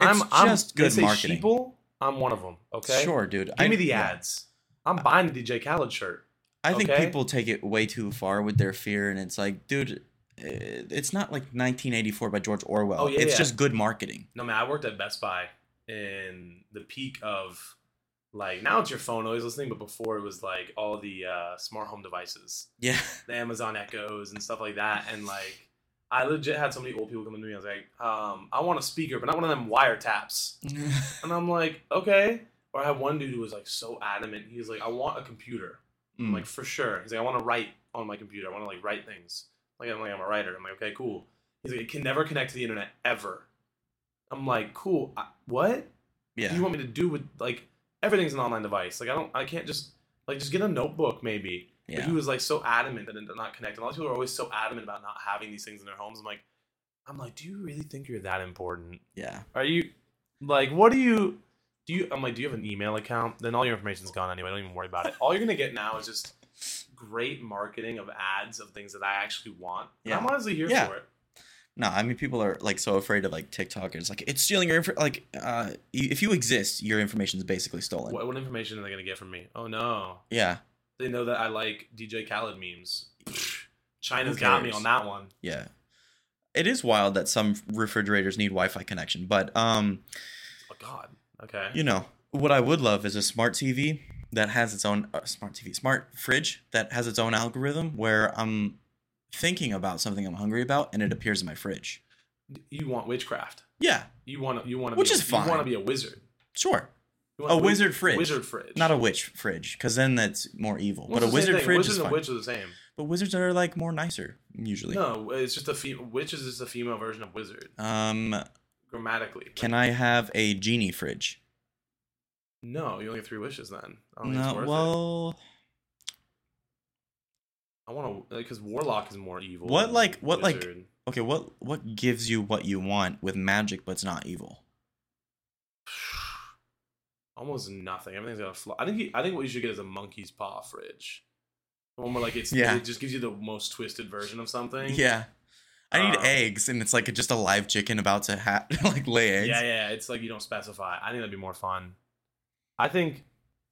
It's
I'm
just
they
good
say
marketing.
Sheeple, I'm one of them. Okay.
Sure, dude.
Give me the
yeah.
ads. I'm buying the DJ Khaled shirt.
I think
okay?
people take it way too far with their fear and it's like, dude, eh, it's not like 1984 by George Orwell.
Oh, yeah,
it's
yeah.
just good marketing.
No man, I worked at Best Buy in the peak of like now it's your phone always listening, but before it was like all the uh, smart home devices,
Yeah.
the Amazon Echoes and stuff like that, and like. I legit had so many old people come to me. I was like, um, I want a speaker, but not one of them wiretaps. And I'm like, okay. Or I had one dude who was like so adamant. He was like, I want a computer. I'm
Mm.
like, for sure. He's like, I want to write on my computer. I want to like write things. Like I'm like, I'm a writer. I'm like, okay, cool. He's like, it can never connect to the internet ever. I'm like, cool. I, what
yeah.
do you want me to do with like everything's an online device? Like I don't, I can't just like just get a notebook maybe. But
yeah.
he was like so adamant that it did not connect. And all these people are always so adamant about not having these things in their homes. I'm like, I'm like, do you really think you're that important?
Yeah.
Are you like what do you do you I'm like, do you have an email account? Then all your information's gone anyway, don't even worry about it. All you're gonna get now is just great marketing of ads of things that I actually want. And
Yeah.
I'm honestly here
Yeah.
for it.
No, I mean people are like so afraid of like TikTok. It's like it's stealing your info. Like, uh, y- if you exist, your information is basically stolen.
What, what information are they gonna get from me? Oh no.
Yeah,
They know that I like DJ Khaled memes. China's
Who
got me
cares?
on that one.
yeah. It is wild that some refrigerators need Wi-Fi connection, but um,
Oh god. Okay.
you know what I would love is a smart TV that has its own uh, smart TV, smart fridge that has its own algorithm where I'm thinking about something I'm hungry about and it appears in my fridge.
You want witchcraft.
Yeah,
You want you want to
Which
be,
is fine.
You want to be a wizard.
sure.
You
A
wanna be
wizard fridge.
Wizard fridge.
Not a witch fridge, because then that's more evil.
Well,
but a
it's the same
wizard
thing.
fridge
Wizard
is
and
fine.
witch is the same.
But wizards are like more nicer usually.
No, it's just a fe- witch is just a female version of wizard
Um,
grammatically.
can I have a genie fridge?
no, you only get three wishes then. I don't think Oh,
No,
it's worth it.
well,
I want to because warlock is more evil.
What,
than
like- what, like-
wizard.
okay. What what gives you what you want with magic, but it's not evil?
almost nothing. Everything's got a flaw. I think you, I think what you should get is a monkey's paw fridge. The One where like it's
Yeah.
it just gives you the most twisted version of something.
Yeah, I need
Um,
eggs, and it's like just a live chicken about to ha- like lay
yeah,
eggs.
yeah. yeah. It's like you don't specify. I think that'd be more fun. I think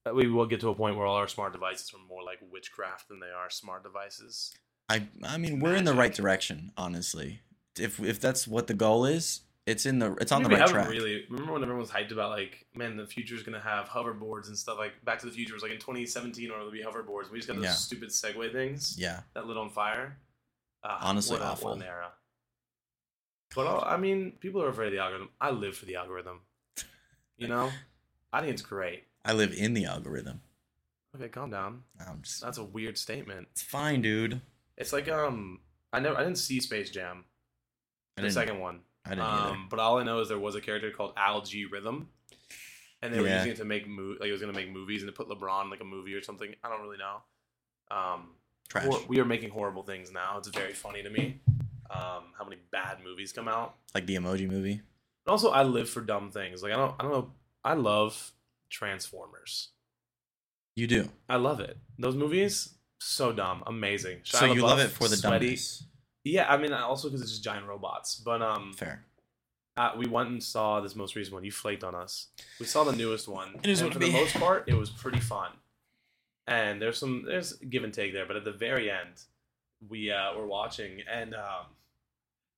that we will get to a point where all our smart devices are more like witchcraft than they are smart devices.
I I mean, we're in the right
Magic.
direction, honestly. If if that's what the goal is, it's in the it's on the
Maybe
right
we haven't
track.
Really, remember when everyone was hyped about like, man, the future's gonna have hoverboards and stuff. Like Back to the Future was like in 2017, or it'll be hoverboards. We just got those
Yeah.
stupid Segway things
Yeah,
that lit on fire. Uh,
Honestly,
what a-
awful.
what an era. But uh, I mean, people are afraid of the algorithm. I live for the algorithm. You know, I think it's great.
I live in the algorithm.
Okay, calm down.
I'm just,
That's a weird statement.
it's fine, dude.
It's like um, I never, I didn't see Space Jam,
I
the
didn't,
second one.
I didn't either.
Um, but all I know is there was a character called Al G Rhythm, and they were
Yeah.
using it to make mo- like it was gonna make movies and to put LeBron in, like a movie or something. I don't really know. Um,
Trash.
hor- we are making horrible things now. It's very funny to me um, how many bad movies come out.
like the emoji movie.
And also, I live for dumb things. Like I don't, I don't know. I love Transformers.
You do.
I love it. Those movies so dumb, amazing.
so
Shia
you love
LaBeouf,
it for the
sweaty.
dumbness.
Yeah, I mean, I- also because it's just giant robots. But um,
Fair.
Uh, we went and saw this most recent one. You flaked on us. We saw the newest one.
It is
and
what
for
it
the
be.
most part, it was pretty fun. And there's some there's give and take there, but at the very end, we uh, were watching and um,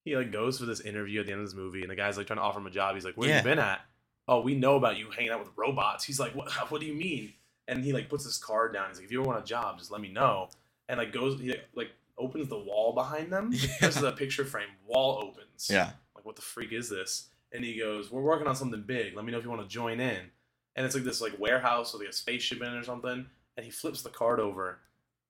he like goes for this interview at the end of this movie, and the guy's like trying to offer him a job. He's like, "Where
Yeah.
you been at? Oh, we know about you hanging out with robots." He's like, "What? What do you mean?" And he like puts his card down. He's like, "If you ever want a job, just let me know." And like goes he like opens the wall behind them.
Yeah.
This is a picture frame. Wall opens
Yeah.
like what the freak is this and he goes we're working on something big let me know if you want to join in and it's like this like warehouse with like a spaceship in it or something, and he flips the card over.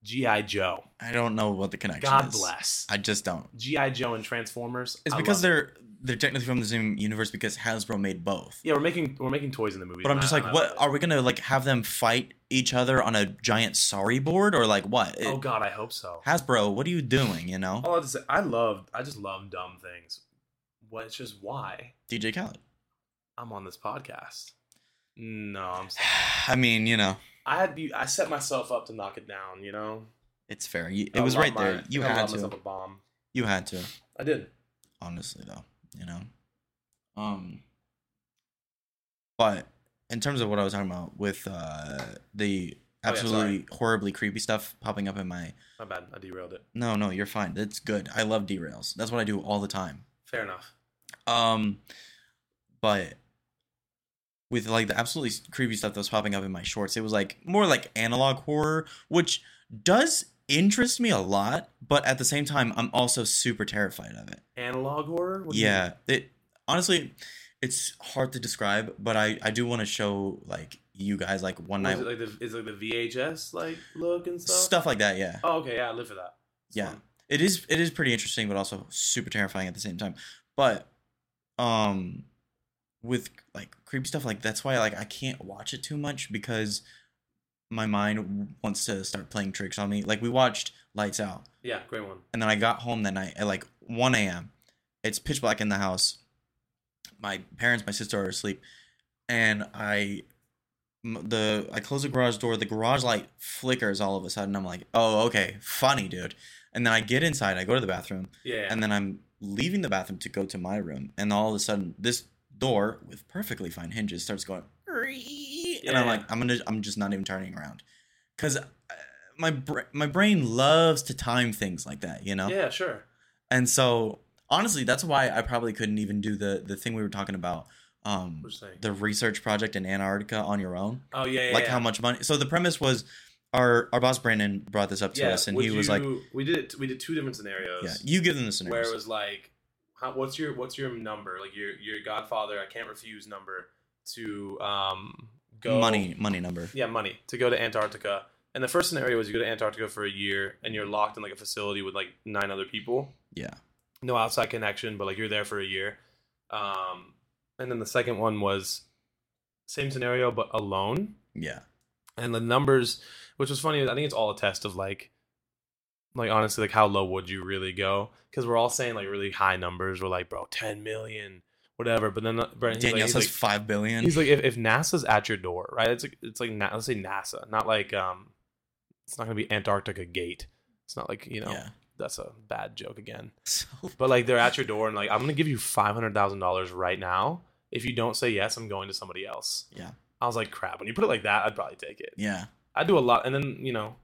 G.I. Joe.
I don't know what the connection
God
is.
bless.
I just don't.
G.I. Joe and Transformers.
It's
I
because
love it.
they're they're technically from the same universe because Hasbro made both.
Yeah, we're making we're making toys in the movie.
But I'm just like, what are we gonna like have them fight each other on a giant sorry board or like what?
Oh
It-
God, I hope so.
Hasbro, what are you doing? You know,
All I have to say, I love, I just love dumb things. Which is why
DJ Khaled.
I'm on this podcast. No, I'm. s-
I mean, you know,
I had be. I set myself up to knock it down. You know,
it's fair. You, it
I
was
lobbed
right
my-
there. You
I
had
lobbed
to.
myself a bomb.
You had to.
I did.
honestly though you know um but in terms of what i was talking about with uh the
Oh, yeah,
absolutely horribly creepy stuff popping up in my
My bad. I derailed it.
no no you're fine that's good i love derails that's what i do all the time
Fair enough.
um but with like the absolutely creepy stuff that was popping up in my shorts it was like more like analog horror which does interest me a lot but at the same time i'm also super terrified of it
Analog horror. What do you
yeah
mean?
it honestly it's hard to describe but i i do want to show like you guys like one
What
night
Is it like the is it like the VHS like look and stuff?
stuff like that yeah
Oh, okay. Yeah, I live for that. It's
Yeah.
fun.
it is it is pretty interesting but also super terrifying at the same time but um with like creepy stuff like that's why like i can't watch it too much because my mind wants to start playing tricks on me like we watched lights out
Yeah, great one.
and then I got home that night at like 1 a.m. It's pitch black in the house. My parents, my sister are asleep, and I m- the I close the garage door. The garage light flickers all of a sudden. I'm like, oh okay, funny dude. And then I get inside. I go to the bathroom,
Yeah.
and then I'm leaving the bathroom to go to my room, and all of a sudden this door with perfectly fine hinges starts going, and I'm
Yeah.
like, I'm gonna, I'm just not even turning around, because. My, bra- my brain loves to time things like that, you know?
yeah, sure.
And so honestly, that's why I probably couldn't even do the the thing we were talking about, um,
What you saying?
the research project in Antarctica on your own.
oh yeah, yeah.
like
yeah.
how much money? So the premise was, our our boss Brandon brought this up to
yeah,
us, and
would
he was like,
you- we did it. We did two different scenarios.
"Yeah, you give them the
where
scenarios."
it was like, how, what's your what's your number? Like your your Godfather, I can't refuse number to um go
money money number.
Yeah, money to go to Antarctica. And the first scenario was you go to Antarctica for a year and you're locked in like a facility with like nine other people.
Yeah.
No outside connection, but like you're there for a year. Um, and then the second one was same scenario but alone
Yeah,
and the numbers which was funny i think it's all a test of like like honestly like how low would you really go because we're all saying like really high numbers we're like bro 10 million whatever but then uh, Brent, he's, like,
Danielle
he's,
says
like,
five billion.
he's like if, if nasa's at your door right it's like it's like Na- let's say nasa not like um it's not gonna be antarctica gate it's not like you know
yeah.
that's a bad joke again
So
but like they're at your door and like i'm gonna give you $500000 right now if you don't say yes i'm going to somebody else
Yeah.
i was like crap when you put it like that i'd probably take it
yeah,
I do a lot, and then you know,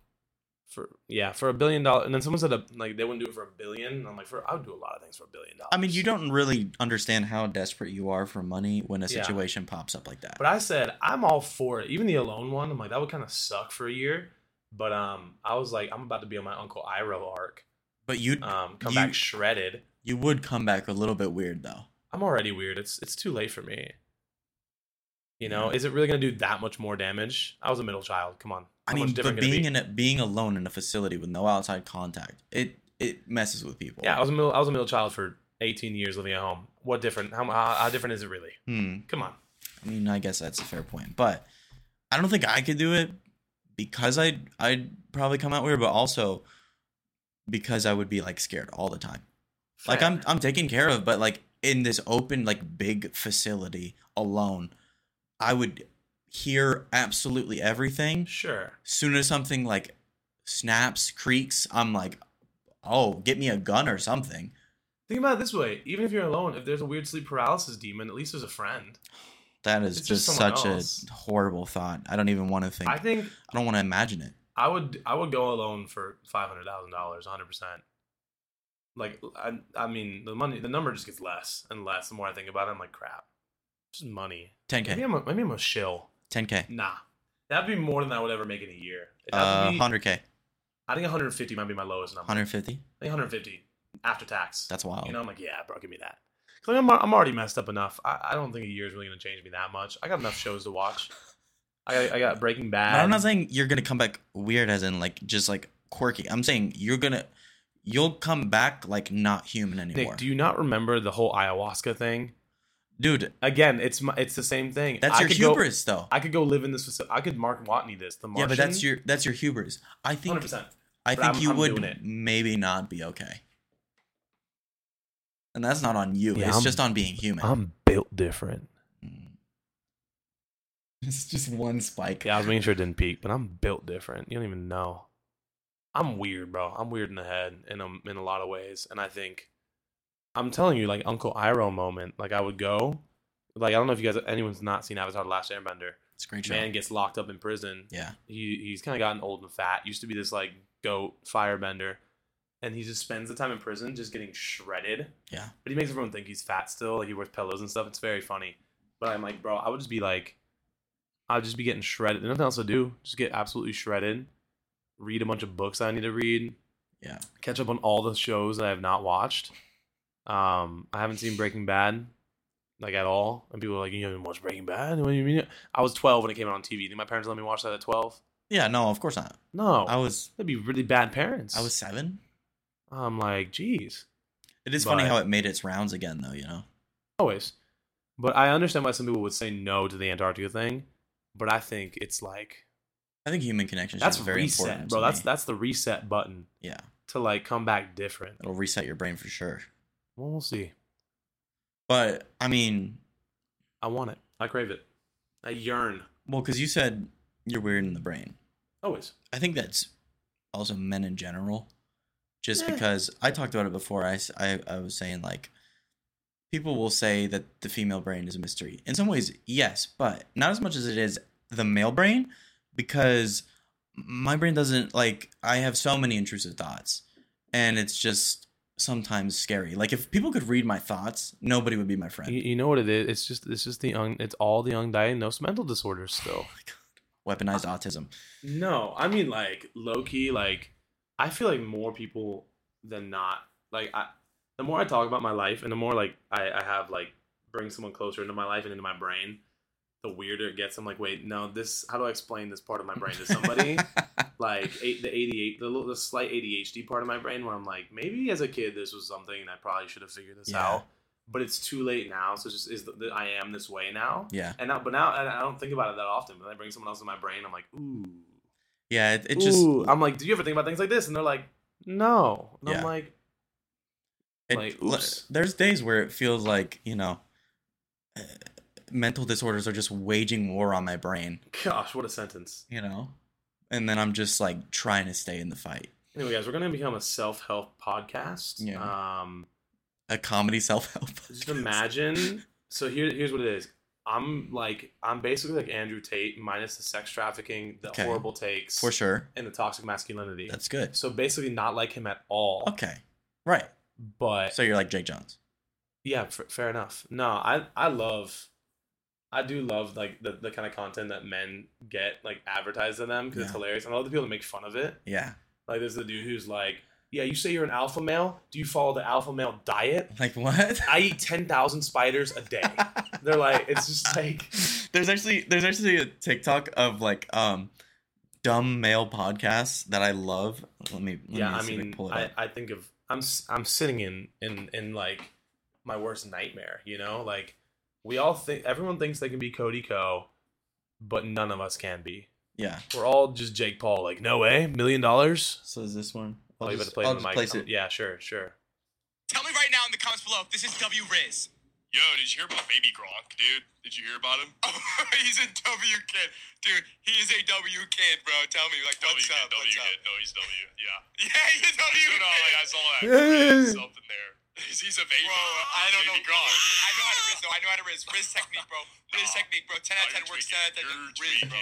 for yeah, for a billion dollars, and then someone said a, like they wouldn't do it for a billion. And I'm like, for I would do a lot of things for a billion dollars.
I mean, you don't really understand how desperate you are for money when a
Yeah.
situation pops up like that.
But I said I'm all for it. Even the alone one, I'm like that would kind of suck for a year. But um, I was like, I'm about to be on my Uncle Iro arc.
But you
Um, come
You-
back shredded.
you would come back a little bit weird though.
I'm already weird. It's it's too late for me. You know, is it really gonna do that much more damage? I was a middle child. Come on.
I
How much
mean,
different
but
could it
being
be?
in a, being alone in a facility with no outside contact, it it messes with people.
yeah, I was a middle. I was a middle child for 18 years living at home. What different? How how, how different is it really?
Hmm.
Come on.
I mean, I guess that's a fair point, but I don't think I could do it because I would I'd probably come out weird, but also because I would be like scared all the time. Like
Fair.
I'm I'm taken care of, but like in this open like big facility alone, I would hear absolutely everything.
Sure.
soon as something like snaps, creaks, I'm like, oh, get me a gun or something.
Think about it this way: even if you're alone, if there's a weird sleep paralysis demon, at least there's a friend.
That is
It's just
just,
someone
such
else.
a horrible thought. I don't even want to think.
I
I,
think
don't want to imagine it.
I would I would go alone for five hundred thousand dollars, hundred percent. Like I I mean the money the number just gets less and less the more I think about it. I'm like crap, just money. Maybe
10k,
I'm a, maybe I'm a shill.
10k,
Nah, that'd be more than I would ever make in a year. It'd have
uh,
to be-
100k,
I think 150 might be my lowest number.
150.
I think 150 after tax.
That's wild.
You know, I'm like, yeah, bro, give me that. Cause I'm, I'm already messed up enough. I, I don't think a year is really gonna change me that much. I got enough shows to watch. I got, I got Breaking Bad.
But I'm not saying you're gonna come back weird, as in like just like quirky. I'm saying you're gonna you'll come back like not human anymore,
Nick, do you not remember the whole ayahuasca thing?
dude.
Again, it's my, it's the same thing.
That's
I
your
could go-
hubris, though.
I could go live in this facility. I could Mark Watney this. The
yeah,
Martian.
but that's your that's your hubris. I think
100%.
I
but
think
I'm-
you
I'm doing
would
it.
maybe not be okay, and that's not on you.
Yeah,
it's
I'm-
just on being human.
I'm built different.
it's just one spike.
Yeah, I was making sure it didn't peak, but I'm built different. You don't even know. I'm weird, bro. I'm weird in the head and I'm in a lot of ways. And I think I'm telling you, like Uncle Iroh moment. Like I would go, like I don't know if you guys, anyone's not seen Avatar: The Last Airbender.
It's a great show.
Man gets locked up in prison.
Yeah,
He he's kind of gotten old and fat. Used to be this like goat firebender, and he just spends the time in prison just getting shredded.
Yeah.
But he makes everyone think he's fat still. Like he wears pillows and stuff. It's very funny. But I'm like, bro, I would just be like, I'd just be getting shredded. There's nothing else to do. Just get absolutely shredded. Read a bunch of books I need to read.
Yeah.
Catch up on all the shows that I have not watched. Um, I haven't seen Breaking Bad, like at all. And people are like, you haven't watched Breaking Bad? What do you mean? I was 12 when it came out on TV. Did my parents let me watch that at 12?
yeah. No, of course not.
No.
I was
That'd be really bad parents.
I was seven.
I'm like, geez.
It is funny
But-
how it made its rounds again, though. You know.
Always. But I understand why some people would say no to the Antarctica thing. But I think it's like
I think human connection is
that's
just very
reset,
important,
bro.
to
That's
me.
that's the reset button
yeah.
to like come back different.
It'll reset your brain for sure.
Well, we'll see.
But I mean,
I want it. I crave it. I yearn.
well, because you said you're weird in the brain.
Always.
I think that's also men in general. Just
Eh.
because I talked about it before, I, s- I, I was saying like people will say that the female brain is a mystery. In some ways, yes, but not as much as it is the male brain because my brain doesn't like I have so many intrusive thoughts and it's just sometimes scary. Like if people could read my thoughts, nobody would be my friend.
You, you know what it is? It's just it's just the un, it's all the undiagnosed mental disorders still.
Weaponized autism.
No, I mean like low key. Like I feel like more people than not. Like I, the more I talk about my life, and the more like I, I have like bring someone closer into my life and into my brain, the weirder it gets. I'm like, wait, no, this. How do I explain this part of my brain to somebody? like eight, the ADHD, the, little, the slight ADHD part of my brain where I'm like, maybe as a kid this was something and I probably should have figured this
Yeah.
out. But it's too late now. So it's just is the, the, I am this way now.
yeah.
And now, but now and I don't think about it that often. But I bring someone else in my brain. I'm like, ooh.
Yeah, it, it just
Ooh, I'm like, do you ever think about things like this? And they're like, no. And
Yeah.
I'm like,
It-
Like,
le-
oops.
there's days where it feels like you know, uh, mental disorders are just waging war on my brain,
gosh, what a sentence.
you know, and then I'm just like trying to stay in the fight.
Anyway, guys, we're gonna become a self help podcast.
Yeah.
Um,
A comedy self help.
just imagine. so here, here's what it is. I'm like, I'm basically like Andrew Tate minus the sex trafficking, the
Okay.
horrible takes,
for sure.
and the toxic masculinity.
That's good.
so basically, not like him at all.
Okay, right.
But
So you're like Jake Jones.
yeah f- fair enough no i i love i do love like the, the kind of content that men get like advertised to them because it's
Yeah.
hilarious and i love the people that make fun of it
Yeah,
like there's the dude who's like yeah you say you're an alpha male do you follow the alpha male diet
like what?
i eat 10000 spiders a day they're like it's just like
there's actually there's actually a TikTok of like um dumb male podcasts that I love. Let me let
yeah
me
i
see if
mean
can pull it
I,
up.
I think of i'm s- i'm sitting in in in like my worst nightmare you know like we all think everyone thinks they can be cody co but none of us can be
Yeah.
We're all just Jake Paul, like, no way, million dollars.
So is this one?
Oh,
I'll
you
just,
better play
I'll
the
just
mic. Oh,
place it.
Yeah, sure, sure.
Tell me right now in the comments below if this is W Riz. Yo, did you hear about Baby Gronk, dude? Did you hear about him? Oh, he's a W kid, dude. He is a W kid, bro. Tell me, like, what's up? W what's kid. Up? No, he's W. Yeah. Yeah, he's a W kid. I saw
There's
something there. He's a baby. Bro, I don't know. I know how to Riz, though. I know how to Riz. Riz technique, bro. Riz technique, bro. 10 out of 10 works. 10 out of 10 does Riz, bro.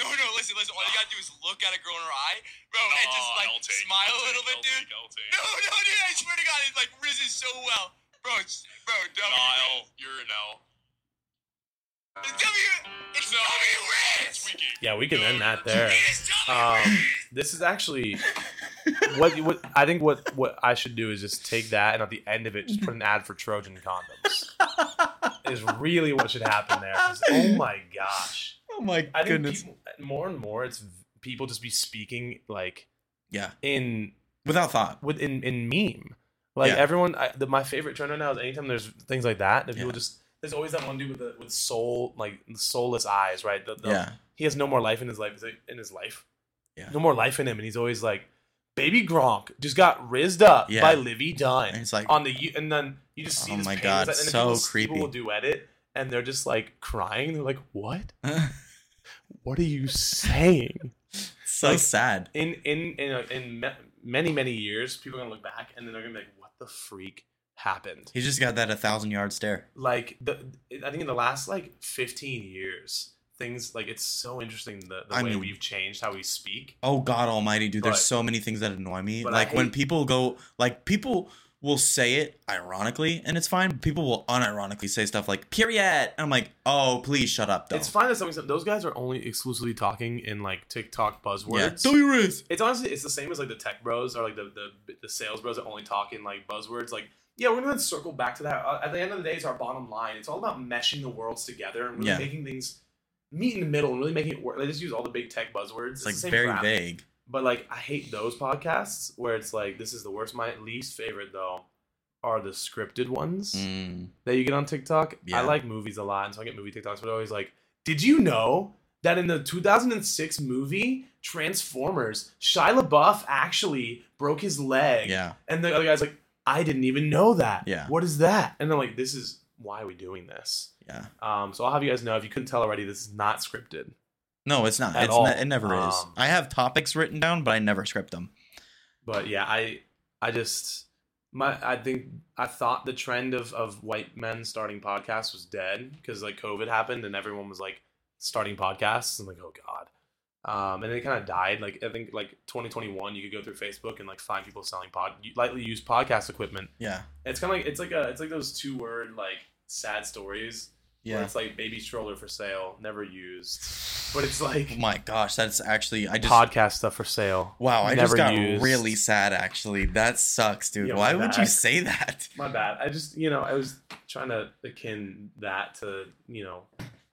No, no, listen, listen. All you gotta do is look at a girl in her eye, bro, and just, like, smile a little bit, dude. No, no, dude. I swear to God, it's like Riz is so well. Bro, it's- bro, W. Riz. you're an L. It's W. It's W Riz.
Yeah, we can end that there.
It is W
Um,
Riz.
this is actually what, what I think what what I should do is just take that and at the end of it just put an ad for Trojan condoms. is really what should happen there. 'Cause, Oh my gosh!
Oh my
I think
goodness.
people- more and more it's v- people just be speaking like
yeah.
in
Without thought.
with in, in meme. Like
Yeah.
everyone, I, the, my favorite trend right now is anytime there's things like that, that people
Yeah.
just there's always that one dude with the, with soul like soulless eyes, right? The- the-
Yeah.
he has no more life in his life. Is it- In his life,
Yeah.
no more life in him, and he's always like, "Baby Gronk just got rizzed up
Yeah.
by Livy
And
Dunn
it's like
on the," U- and then you just see
Oh
this
my
pain
God,
inside- and then
so
people,
creepy.
People will duet it, and they're just like crying. They're like, "What? What are you saying?"
so
Like-
sad.
in in in, a, in ma- many many years, people are gonna look back and then they're gonna be like, "What the freak happened?"
He's just got that a thousand yard stare.
Like the I think in the last like fifteen years, things like it's so interesting the, the
I
way
mean-
we've changed how we speak.
Oh God Almighty, dude!
But-
there's so many things that annoy me.
but I
Like when
hate-
people go, like people will say it ironically, and it's fine. People will unironically say stuff like "period," and I'm like, "Oh, please shut up, though."
It's fine that something those guys are only exclusively talking in like TikTok
Yeah.
buzzwords.
Don't be rude.
It's honestly it's the same as like the tech bros or like the the, the sales bros that only talk in like buzzwords. Like yeah, we're gonna circle back to that. Uh, At the end of the day, it's our bottom line. It's all about meshing the worlds together and really
Yeah.
making things meet in the middle and really making it work. They just use all the big tech buzzwords.
It's
the
like
same
very
crap.
vague.
But like I hate those podcasts where it's like this is the worst. My least favorite though are the scripted ones
Mm.
that you get on TikTok.
Yeah.
I like movies a lot, and so I get movie TikToks, but they're always like, did you know that in the 2006 movie Transformers, Shia LaBeouf actually broke his leg?
Yeah,
And the other guy's like, I didn't even know that.
Yeah.
What is that? And I'm like, this is why are we doing this?
yeah.
Um, so I'll have you guys know if you couldn't tell already, this is not scripted.
No, it's not.
At
It's
all.
not, it never is.
Um,
I have topics written down, but I never script them.
But yeah, I I just my I think I thought the trend of of white men starting podcasts was dead because like COVID happened and everyone was like starting podcasts. I'm like, oh god. Um, and it kind of died. Like I think like 2021, you could go through Facebook and like find people selling pod lightly used podcast equipment.
Yeah,
It's kind of like it's like a it's like those two word like sad stories. Yeah.
yeah.
it's like baby stroller for sale, never used. But it's like
Oh my gosh, that's actually I just
podcast stuff for sale.
wow, I just
never
got
used.
really sad. Actually, that sucks, dude.
Yeah,
Why
my
would you
bad.
say that?
My bad. I just, you know, I was trying to akin that to, you know,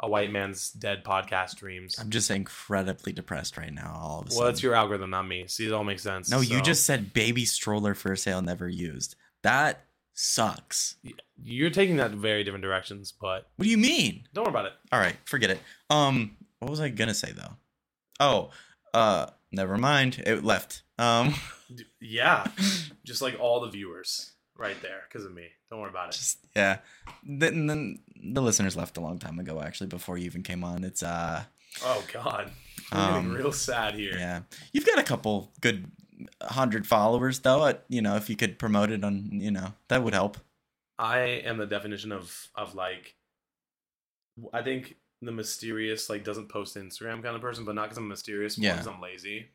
a white man's dead podcast dreams.
I'm just incredibly depressed right now. All of a sudden.
Well, it's your algorithm, not me. See, it all makes sense.
No, you
so.
just said baby stroller for sale never used. That sucks.
you're taking that very different directions, but
What do you mean?
don't worry about it.
All right, forget it. Um, what was I gonna say though? Oh, uh, never mind. It left. Um,
D- Yeah, just like all the viewers right there because of me. Don't worry about it.
just yeah. Then, then the listeners left a long time ago. Actually, before you even came on, it's uh,
Oh God, I'm
Um,
getting real sad here.
yeah. You've got a couple good uh, hundred followers though. At, you know, if you could promote it on, you know, that would help.
I am the definition of of like I think the mysterious like doesn't post Instagram kind of person, but not because I'm mysterious, more
Yeah.
because I'm lazy.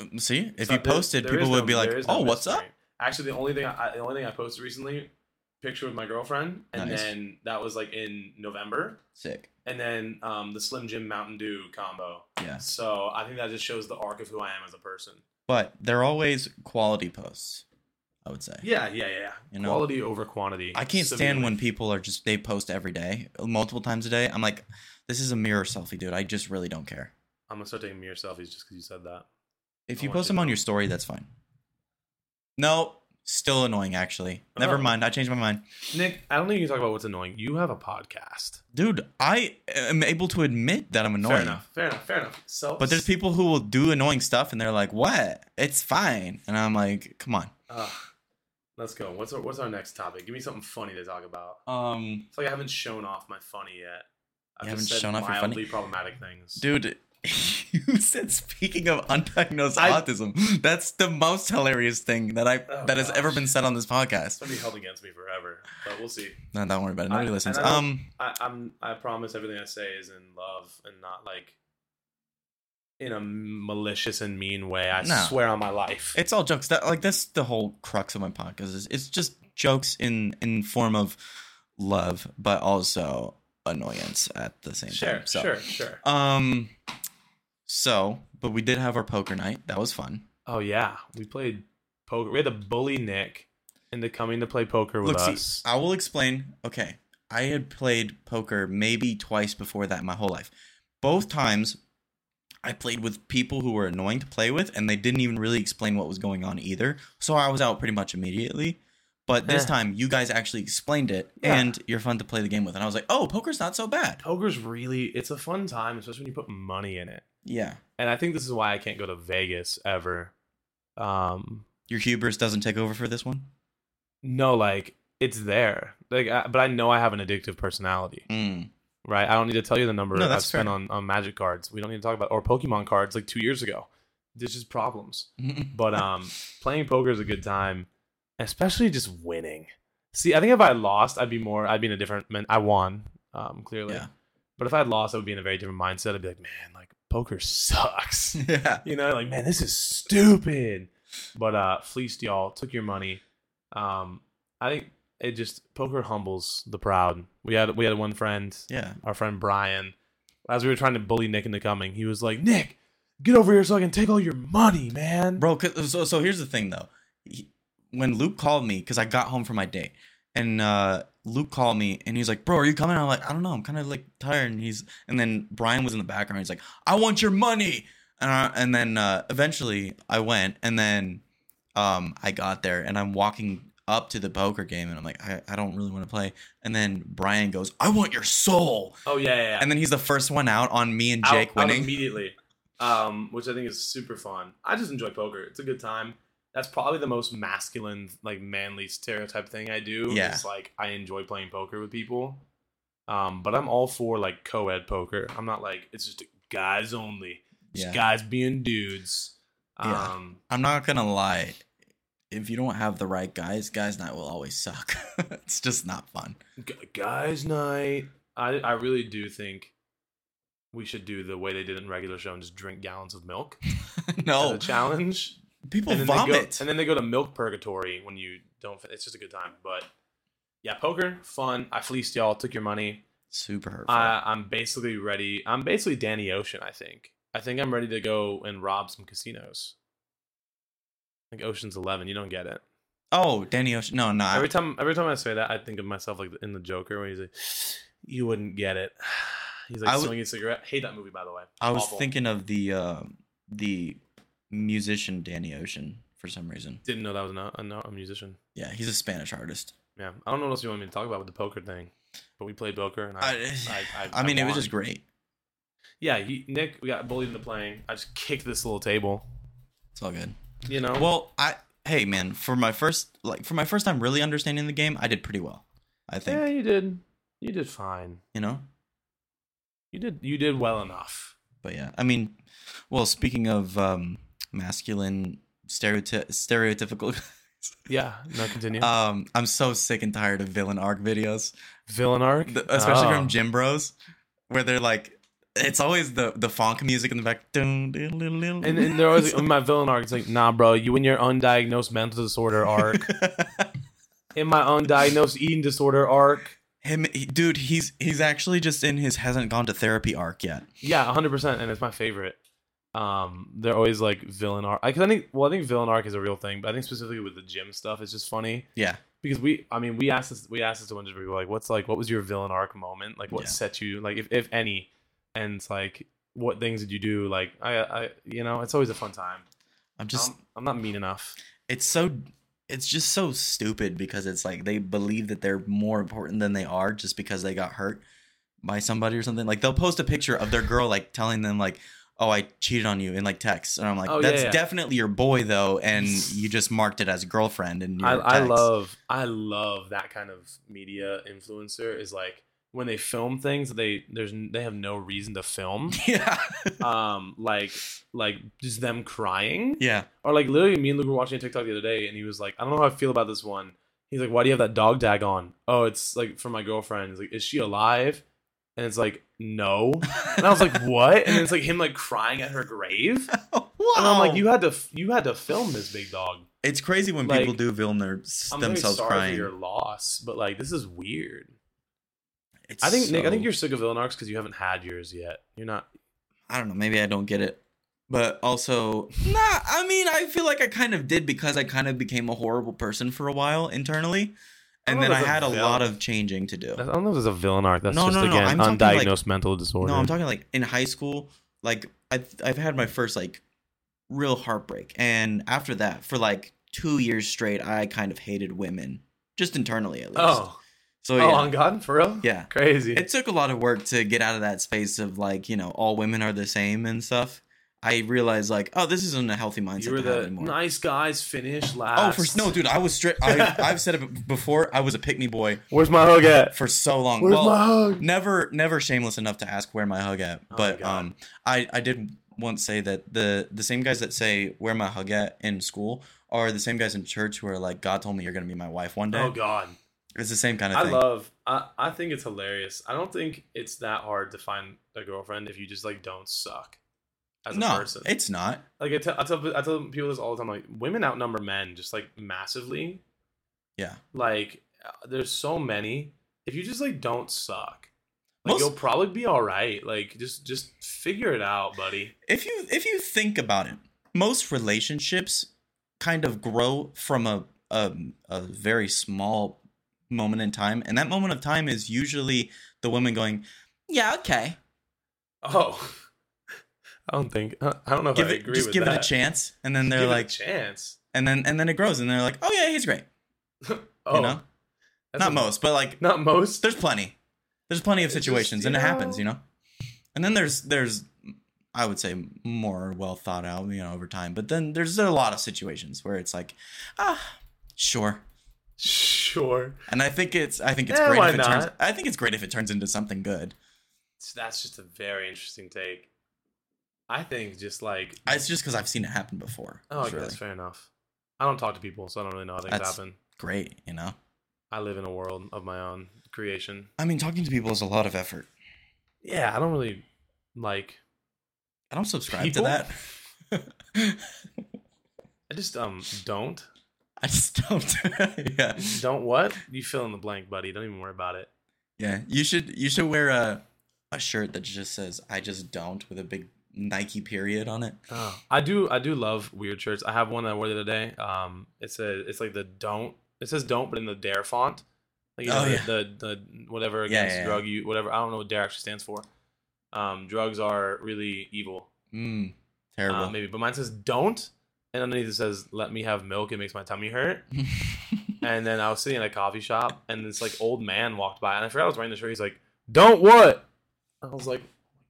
Um, See, if
So
you
there-
posted,
there is
people
no-
would be like,
there is no
"Oh, what's up?"
mystery. Actually, the only thing I, the only thing I posted recently, picture with my girlfriend, and
Nice.
then that was like in November,
Sick.
and then um, the Slim Jim Mountain Dew combo.
Yeah.
So I think that just shows the arc of who I am as a person.
but they're always quality posts i would say
Yeah, yeah, yeah.
You know?
Quality over quantity.
i can't
Severely.
stand when people are just they post every day multiple times a day i'm like this is a mirror selfie dude i just really don't care
I'm gonna start taking mirror selfies just because you said that.
if
I
you
want
post
you
them on
to-
your story that's fine no still annoying actually never
Oh.
mind i changed my mind
Nick, I don't think you can talk about what's annoying. You have a podcast.
dude i am able to admit that i'm annoying
Fair enough. Fair enough. Fair enough. So,
but there's people who will do annoying stuff and they're like what it's fine and i'm like come on
Ugh. let's go. What's our What's our next topic? Give me something funny to talk about.
um
It's like I haven't shown off my funny yet.
You
I've just
haven't
said
shown off your funny?
mildly problematic things.
Dude, you said speaking of undiagnosed
I-
autism, that's the most hilarious thing that I
Oh,
that has ever
gosh.
been said on this podcast.
Somebody held against me forever, but we'll see.
No, don't worry about it. Nobody
I-
listens.
and I don't-
Um,
I, I'm. I promise everything I say is in love and not like in a malicious and mean way. I
No.
swear on my life.
it's all jokes. That like that's the whole crux of my podcast. Is it's just jokes in in form of love, but also annoyance at the same
sure,
time. So,
sure, sure.
Um, so but we did have our poker night. That was fun.
Oh yeah, we played poker. We had to bully Nick into coming to play poker with
Look, see,
us.
I will explain. Okay, I had played poker maybe twice before that in my whole life. Both times, I played with people who were annoying to play with, and they didn't even really explain what was going on either. So I was out pretty much immediately. But this
Eh.
time, you guys actually explained it,
Yeah.
and you're fun to play the game with. And I was like, oh, poker's not so bad.
Poker's really it's a fun time, especially when you put money in it.
Yeah,
And I think this is why I can't go to Vegas ever. Um,
your hubris doesn't take over for this one.
no, like it's there. Like, I, but I know I have an addictive personality.
Mm.
right? I don't need to tell you the number
No,
I've
that's
spent
fair.
on, on Magic cards. We don't need to talk about or Pokemon cards like two years ago. There's just problems. But um, playing poker is a good time, especially just winning. See, I think if I lost, I'd be more. I'd be in a different. men- I won, um, clearly.
Yeah.
But if I would lost, I would be in a very different mindset. I'd be like, man, like poker sucks.
yeah,
you know, like man, this is stupid. But uh, fleeced y'all, took your money. Um, I think it just poker humbles the proud. We had we had one friend
yeah.
our friend Brian, as we were trying to bully Nick into coming, he was like, Nick, get over here so I can take all your money, man.
bro 'cause- so so here's the thing though He- when luke called me because i got home from my date and uh luke called me and he's like bro are you coming i'm like i don't know i'm kind of like tired and he's and then brian was in the background he's like i want your money and, I, and then uh eventually i went and then um i got there and i'm walking up to the poker game and i'm like i, I don't really want to play and then brian goes i want your soul
Oh, yeah, yeah, yeah.
and then he's the first one out on me and jake
out, out
winning
immediately, um, which I think is super fun. I just enjoy poker. It's a good time. That's probably the most masculine, like manly stereotype thing I do.
Yeah.
It's like I enjoy playing poker with people. Um, but I'm all for like co ed poker. I'm not like, it's just guys only. Just
yeah
guys being dudes. Um,
Yeah. I'm not gonna lie. If you don't have the right guys, guys night will always suck. it's just not fun.
Gu- guys night i i really do think we should do the way they did in regular show and just drink gallons of milk as
no,
a challenge
people
and then they go
vomit.
and then they go to milk purgatory when you don't fin- it's just a good time but yeah poker fun i fleeced y'all took your money
Super hurtful.
I, i'm basically ready i'm basically danny ocean i think i think i'm ready to go and rob some casinos I think Ocean's Eleven. You don't get it.
oh, Danny Ocean. No, no.
Every time, every time I say that, I think of myself like in the Joker when he's like, "You wouldn't get it." He's like
I would-
swinging a cigarette. Hate that movie, by the way.
I was
Awful.
thinking of the uh, the musician Danny Ocean for some reason.
Didn't know that was not a, not a musician.
Yeah, he's a Spanish artist.
Yeah, I don't know what else you want me to talk about with the poker thing, but we played poker and I.
I,
I, I,
I mean, it was
won.
just great.
Yeah, he, Nick, we got bullied into playing. I just kicked this little table.
It's all good.
You know.
Well, I hey man, for my first like for my first time really understanding the game, I did pretty well. I think
yeah, you did. You did fine.
you know.
You did. You did well enough.
but yeah, I mean, well, speaking of um, masculine stereoty- stereotypical,
Yeah. No, continue.
um, I'm so sick and tired of villain arc videos,
Villain arc,
the, especially
Oh.
from Gym Bros, where they're like, it's always the the funk music in the back, and
And, and they're always like, my villain arc. It's like, nah, bro. You and your undiagnosed mental disorder arc. in my undiagnosed eating disorder arc.
him, he- dude, he's he's actually just in his hasn't gone to therapy arc yet.
Yeah, 100%, and it's my favorite. Um, they're always like villain arc. I, 'cause I think, well, I think villain arc is a real thing, but I think specifically with the gym stuff, it's just funny
Yeah,
because we, I mean, we asked this, we asked this to one just people like, what's like, what was your villain arc moment? Like, what
Yeah.
set you, like, if if any, and it's like, what things did you do? Like, I, I, you know, it's always a fun time.
I'm just
Just, I'm not mean enough.
it's so it's just so stupid because it's like they believe that they're more important than they are just because they got hurt by somebody or something. Like they'll post a picture of their girl like telling them like, "Oh, I cheated on you," in like text, and I'm like,
Oh, yeah,
"That's
yeah.
definitely your boy though," and you just marked it as girlfriend. And
I, I love I love that kind of media influencer is like when they film things they there's n- they have no reason to film
yeah,
um like like just them crying
yeah,
or like literally me and Luke were watching a TikTok the other day and he was like I don't know how I feel about this one he's like why do you have that dog tag on oh it's like for my girlfriend he's like is she alive and it's like no and I was like what and it's like him like crying at her grave and
wow.
I'm
Oh.
like you had to f- you had to film this big dog
It's crazy when
like,
people do film their,
I'm
themselves
very sorry
crying.
for your loss, but like this is weird.
It's
I think Nick, I
so-
think you're sick of Illinois because you haven't had yours yet. You're not.
I don't know. Maybe I don't get it. But also, nah, I mean, I feel like I kind of did because I kind of became a horrible person for a while internally. And
I don't
then
know
I
if
had a
Oh, that's a
lot of changing to do.
I don't know if there's a villain arc. That's
No,
just
no, no,
again
I'm talking, like-
undiagnosed mental disorder.
No, I'm talking like in high school, like I've, I've had my first like real heartbreak. And after that, for like two years straight, I kind of hated women, just internally at least.
Oh,
so
oh,
yeah.
on God, for real?
Yeah.
crazy.
It took a lot of work to get out of that space of like, you know, all women are the same and stuff. I realized like, oh, this isn't a healthy mindset
you were
to have
the
anymore.
nice guys finish
Oh,
last.
for no, dude, I was strict. I've said it before. I was a pick me boy
Where's my hug at?
for so long.
Where's
well,
my hug?
never, never shameless enough to ask where my hug at.
Oh my
But
God.
um, I, I did once say that the the same guys that say where my hug at in school are the same guys in church who are like, God told me you're gonna be my wife one day.
Oh God,
It's the same kind of
I
thing.
love. I I think it's hilarious. I don't think it's that hard to find a girlfriend if you just like don't suck as a
no,
person.
it's not.
Like I tell, I tell I tell people this all the time. Like women outnumber men just like massively.
Yeah.
Like uh, there's so many. If you just like don't suck, like
Most-
you'll probably be all right. Like just just figure it out, buddy.
if you if you think about it, most relationships kind of grow from a a, a very small moment in time, and that moment of time is usually the woman going, "Yeah, okay,
Oh, I don't think I I don't know if
give
Oh, I
it,
agree
just
with
give
that.
it a chance," and then they're
Give it a
like,
chance.
and then and then it grows, and they're like, "Oh yeah, he's great."
Oh,
know?
that's
Not
a-
most, but like
Not most.
there's plenty, there's plenty of
It just,
situations,
you
and it
know-
happens, you know. And then there's there's I would say more well thought out, you know, over time. But then there's a lot of situations where it's like, ah, sure.
Sure.
And I think it's I think it's
Eh,
great
why
if it turns
not?
I think it's great if it turns into something good.
So that's just a very interesting take. I think just like
I- It's just because I've seen it happen before.
oh,
it's
okay, that's fair enough. I don't talk to people, so I don't really know how things
That's-
happen.
great, you know.
I live in a world of my own creation.
I mean, talking to people is a lot of effort.
Yeah, I don't really like.
I don't subscribe
People?
to that.
I just um don't
I just don't. yeah,
don't what you fill in the blank, buddy. Don't even worry about it.
yeah. You should you should wear a a shirt that just says "I just don't" with a big Nike period on it.
Oh, I do. I do love weird shirts. I have one that I wore the other day. Um, it says it's like the don't. It says don't, but in the dare font. Like you
Oh,
know, the,
yeah.
the the whatever
Yeah,
against
yeah, yeah.
drug you whatever. I don't know what dare actually stands for. Um, drugs are really evil.
Mm, terrible.
Uh, maybe, but mine says don't, and underneath it says let me have milk. It makes my tummy hurt. and then I was sitting in a coffee shop, and this like old man walked by, and I forgot I was wearing the shirt. He's like, "Don't what?" And I was like,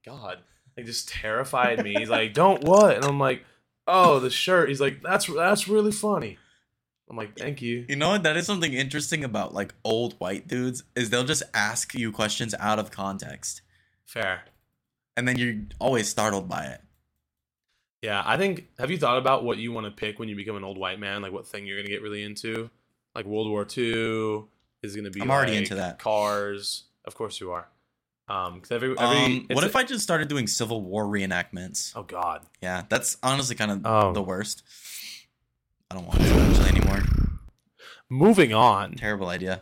"Oh my god!" Like just terrified me. He's like, "Don't what?" And I'm like, "Oh, the shirt." He's like, "That's that's really funny." I'm like, "Thank you."
You know what? That is something interesting about like old white dudes is they'll just ask you questions out of context,
Fair.
and then you're always startled by it.
Yeah, I think. Have you thought about what you want to pick when you become an old white man? Like what thing you're gonna get really into? Like World War II is gonna be.
I'm already
like
into that.
Cars, of course you are. Um, 'cause every, every
um, what
it's-
if I just started doing Civil War reenactments?
Oh God.
Yeah, that's honestly kind of
Oh.
the worst. I don't want to actually anymore.
Moving on.
Terrible idea.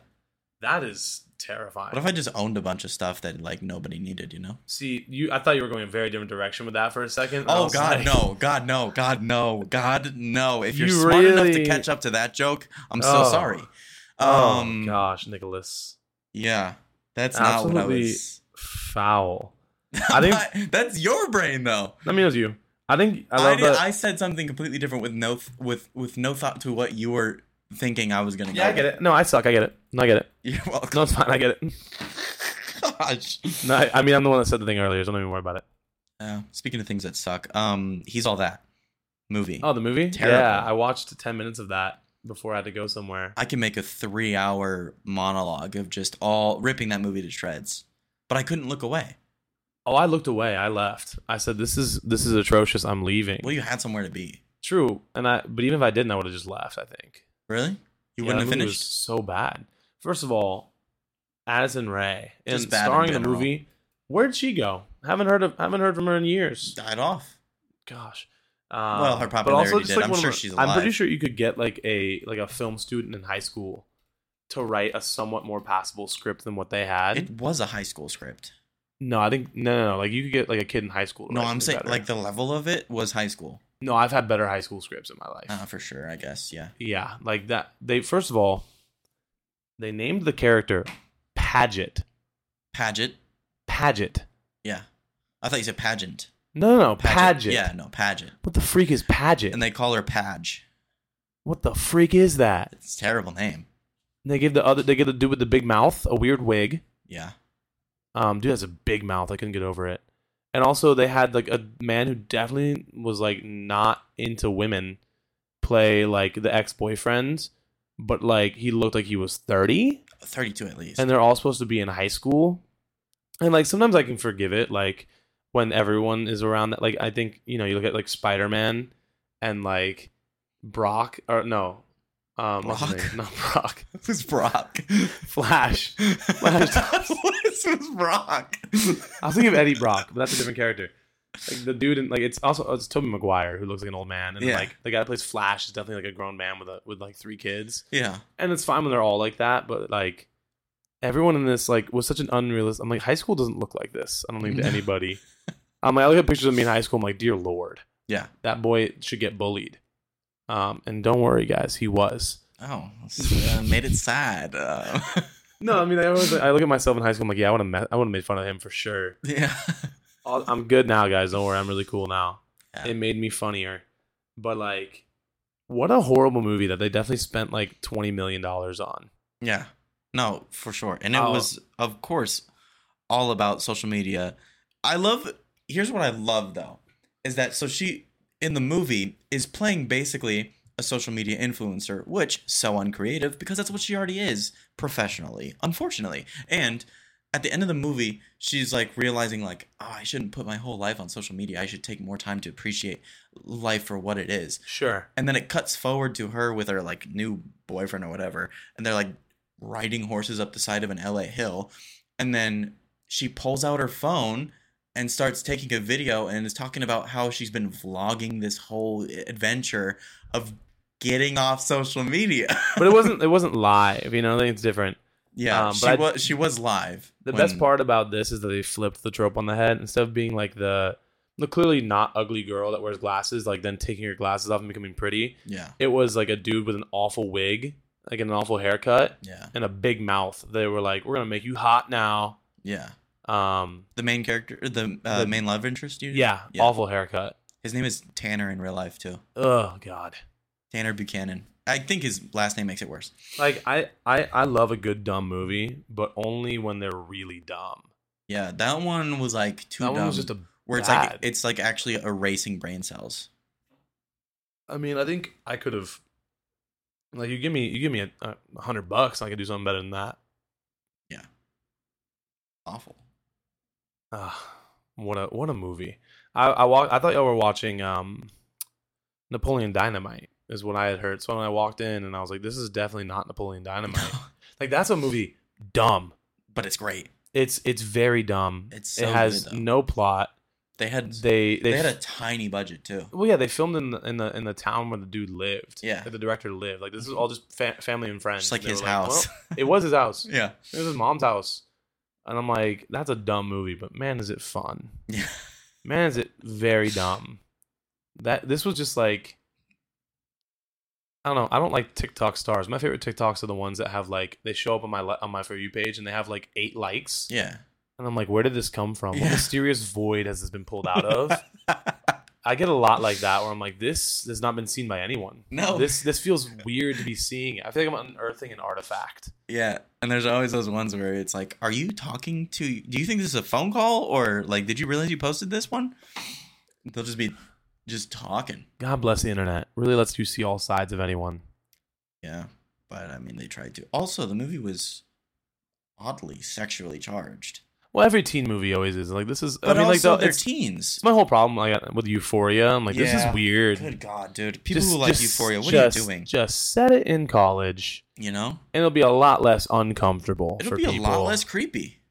That is terrifying.
What if I just owned a bunch of stuff that like nobody needed? You know?
See, you. I thought you were going a very different direction with that for a second. I
Oh
was
God,
like-
no! God, no! God, no! God, no! If you're
You
smart enough to
really-
catch up to that joke, I'm so
Oh.
sorry.
Oh
Um,
gosh, Nicholas,
yeah, that's not what I
Absolutely-
was.
foul. I think. I
But that's your brain though.
mean, it was you. I think I
I,
love
did,
that.
I said something completely different with no th- with with no thought to what you were thinking I was gonna
yeah, I
go.
get it. No, I suck. I get it. No, I get it.
You're welcome.
No, it's fine. I get it.
Gosh.
No, I, I mean, I'm the one that said the thing earlier. So don't even worry about it.
Uh, speaking of things that suck, um, he's all that movie.
Oh, the movie.
Terrible.
Yeah, I watched ten minutes of that before I had to go somewhere.
I can make a three-hour monologue of just all ripping that movie to shreds, but I couldn't look away.
Oh, I looked away. I left. I said, "This is this is atrocious. I'm leaving."
Well, you had somewhere to be.
True, and I. But even if I didn't, I would have just left. I think.
Really? You
Yeah,
wouldn't
that
have
movie
finished.
Was so bad. First of all, Addison Ray and
Just bad in
starring in the
general.
movie. Where'd she go? Haven't heard of. Haven't heard from her in years.
Died off.
Gosh. Um,
Well, her
but
popularity
also just,
did. I'm
one of
sure
the-
she's
I'm pretty
alive.
sure you could get like a like a film student in high school to write a somewhat more passable script than what they had.
It was a high school script.
No, I think no, no, no. Like you could get like a kid in high school. to
No,
write
I'm
something
saying
better.
like the level of it was high school.
no. I've had better high school scripts in my life.
Uh, for sure, I guess. Yeah.
Yeah, like that. They first of all, they named the character Paget.
Paget.
Paget.
Yeah. I thought you said pageant.
No, no, no, Paget.
Yeah, no, pageant.
What the freak is Paget?
And they call her Page.
what the freak is that?
It's a terrible name.
And they give the other. They give the dude with the big mouth a weird wig.
Yeah.
Um, dude has a big mouth. I couldn't get over it. And also, they had like a man who definitely was like not into women play like the ex boyfriends, but like he looked like he was thirty.
32 at least.
and they're all supposed to be in high school and like sometimes i can forgive it like when everyone is around that like i think you know you look at like spider-man and like brock or no um what's his
Brock?
name? not brock
Who's Brock?
flash
What's with Brock?
i was thinking of eddie brock but that's a different character like the dude and like it's also it's toby maguire who looks like an old man and
Yeah.
like the guy that plays flash is definitely like a grown man with a with like three kids
Yeah.
and it's fine when they're all like that, but like everyone in this like was such an unrealistic. I'm like, high school doesn't look like this. I don't think to
No.
anybody. I'm like, I look at pictures of me in high school. I'm like, dear lord,
Yeah.
that boy should get bullied. Um, and don't worry, guys, he was.
Oh, s- uh, made it sad. Uh,
No, I mean, I, always, I look at myself in high school. I'm like, yeah, I would have, met, I would have made fun of him for sure.
yeah.
I'll- I'm good now, guys. Don't worry, I'm really cool now.
Yeah.
It made me funnier, but like, what a horrible movie that they definitely spent like twenty million dollars on.
Yeah. No, for sure. And it
Oh.
was, of course, all about social media. I love, here's what I love though, is that so she in the movie is playing basically a social media influencer, which so uncreative because that's what she already is professionally, unfortunately. And at the end of the movie, she's like realizing like, oh, I shouldn't put my whole life on social media. I should take more time to appreciate life for what it is
Sure.
and then it cuts forward to her with her like new boyfriend or whatever and they're like riding horses up the side of an la hill and then she pulls out her phone and starts taking a video and is talking about how she's been vlogging this whole adventure of getting off social media
But it wasn't. It wasn't live. You know, I think it's different.
yeah
Um,
she,
but I-
was, she was live
The
when-
best part about this is that they flipped the trope on the head. Instead of being like the the clearly not ugly girl that wears glasses, like then taking her glasses off and becoming pretty,
yeah
it was like a dude with an awful wig, like an awful haircut,
yeah
and a big mouth. They were like, "We're gonna make you hot now."
yeah
Um,
the main character the, uh,
The-
main love interest you
yeah,
Yeah.
awful haircut.
his name is tanner in real life too
Oh god.
tanner buchanan i think his last name makes it worse
Like I, I I love a good dumb movie, but only when they're really dumb.
Yeah, that one was like too
that
dumb.
one was just a
where it's
bad.
like it's like actually erasing brain cells.
I mean, I think I could have. Like you give me you give me a, a hundred bucks, I could do something better than that.
Awful.
Uh, what a what a movie! I I walk. I thought y'all were watching um, Napoleon Dynamite is what I had heard. So when I walked in and I was like, this is definitely not Napoleon Dynamite. like that's a movie dumb.
but it's great.
It's it's very dumb.
It's so
it has
good, though.
no plot.
They had they,
They they,
had a tiny budget too.
well yeah they filmed in the, in the in the town where the dude lived.
Yeah.
that the director lived. Like this is all just fa- family and friends.
Just like
They
his
were
house.
well, it was his house.
yeah.
It was his mom's house. And I'm like, that's a dumb movie, but man, is it fun.
Yeah.
Man, is it very dumb. That this was just like I don't know. I don't like TikTok stars. My favorite TikToks are the ones that have like they show up on my li- on my for you page and they have like eight likes.
Yeah.
And I'm like, where did this come from? What
Yeah.
mysterious void has this been pulled out of? I get a lot like that where I'm like, this has not been seen by anyone.
No.
This this feels weird to be seeing. I feel like I'm unearthing an artifact.
yeah. And there's always those ones where it's like, are you talking to do you think this is a phone call or like did you realize you posted this one? They'll just be just talking.
God bless the internet. Really lets you see all sides of anyone.
Yeah. But I mean they tried to. Also, the movie was oddly sexually charged.
Well, every teen movie always is like this is.
But
I mean,
also
like the,
they're
it's,
teens.
it's my whole problem like with Euphoria. I'm like, this
Yeah.
is weird.
Good God, dude. People
Just-
who like
just-
Euphoria, what
just,
are you doing?
Just set it in college,
you know?
and it'll be a lot less uncomfortable.
It'll
for
be a lot
people.
less creepy.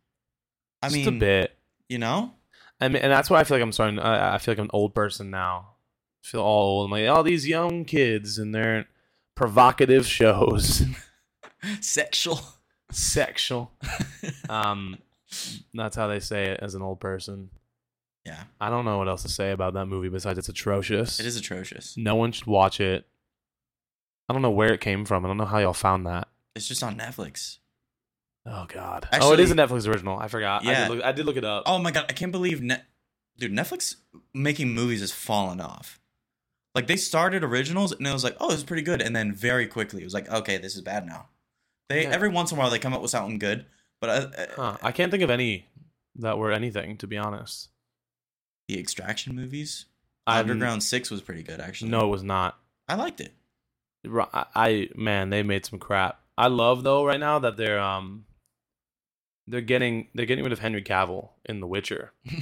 I
Just a
mean,
bit.
you know?
I mean, and that's why I feel like I'm starting. I, I feel like I'm an old person now. I feel all old. I'm like all these young kids and their provocative shows,
Sexual.
sexual. Um, That's how they say it as an old person.
Yeah,
I don't know what else to say about that movie besides it's atrocious.
it is atrocious.
No one should watch it. I don't know where it came from. I don't know how y'all found that.
It's just on Netflix.
Oh God. oh, it is a Netflix original. I forgot. I,
Yeah.
did look, I did look it up.
Oh my god, I can't believe net, dude. Netflix making movies has fallen off. Like they started originals and it was like, oh, it's pretty good, and then very quickly it was like, okay, this is bad now. They
Yeah.
every once in a while they come up with something good, but uh, uh,
Huh. I can't think of any that were anything, to be honest.
the Extraction movies,
I'm-
Underground Six was pretty good actually.
No, it was not.
I liked it.
Ro- I, I man, they made some crap. I love though right now that they're um they're getting they're getting rid of Henry Cavill in The Witcher. A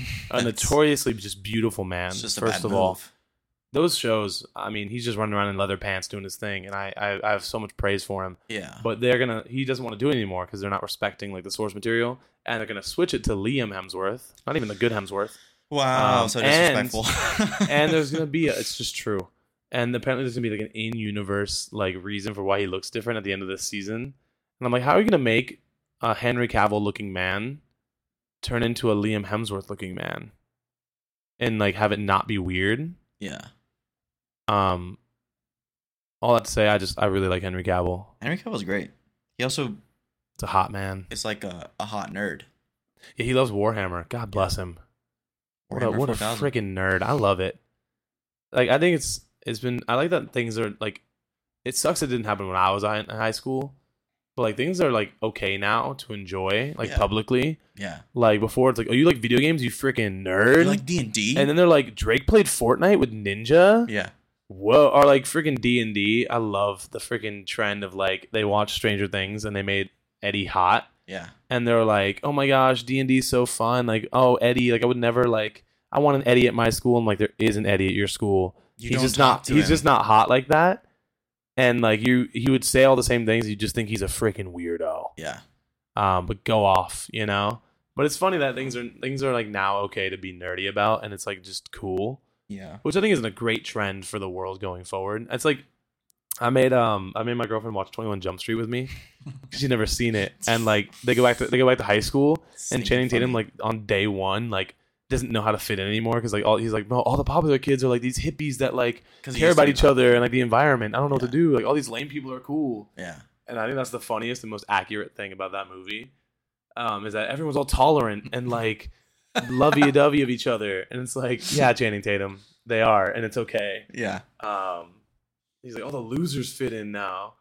That's-
notoriously just beautiful man.
it's just a
first
bad
of all,
move.
those shows. I mean, he's just running around in leather pants doing his thing, and I I, I have so much praise for him.
yeah,
But they're gonna he doesn't want to do it anymore because they're not respecting like the source material, and they're gonna switch it to Liam Hemsworth, not even the good Hemsworth.
wow,
um,
so
and-
disrespectful.
and there's gonna be a, it's just true and apparently there's gonna be like an in-universe like reason for why he looks different at the end of this season and i'm like how are you gonna make a henry cavill looking man turn into a liam hemsworth looking man and like have it not be weird
yeah,
um all that to say i just i really like henry cavill
Henry Cavill's great. He also
it's a hot man
is like a, a hot nerd.
yeah, he loves warhammer god bless him What a,
Warhammer
what a
4000.
freaking nerd! I love it. Like I think it's it's been I like that things are like it sucks it didn't happen when I was hi- in high school, but like things are like okay now to enjoy like
Yeah.
publicly.
yeah.
Like before, it's like oh you like video games, you freaking nerd.
You like D and D?
and then they're like Drake played Fortnite with Ninja.
yeah,
Whoa! Or like freaking D and D. I love the freaking trend of like they watched Stranger Things and they made Eddie hot
yeah.
and they're like, "Oh my gosh, D and D so fun!" Like, "Oh Eddie, like I would never like I want an Eddie at my school." And like, there is an Eddie at your school.
You
he's
don't
just
talk
not.
to
He's
him.
just not hot like that. And like you, he would say all the same things. You just think he's a freaking weirdo.
yeah.
Um, but go off, you know. But it's funny that things are things are like now okay to be nerdy about, and it's like just cool
Yeah.
which I think isn't a great trend for the world going forward. It's like I made um I made my girlfriend watch Twenty One Jump Street with me. She'd never seen it, and like they go back to they go back to high school, and Channing Tatum like on day one like doesn't know how to fit in anymore because like all he's like no all the popular kids are like these hippies that like care about each other and like the environment. I don't know what to
Yeah.
do. Like all these lame people are cool,
Yeah.
and I think that's the funniest and most accurate thing about that movie. Um, is that everyone's all tolerant and like lovey dovey of each other. And it's like, yeah, Channing Tatum, they are, and it's okay.
Yeah.
Um, he's like, all the losers fit in now.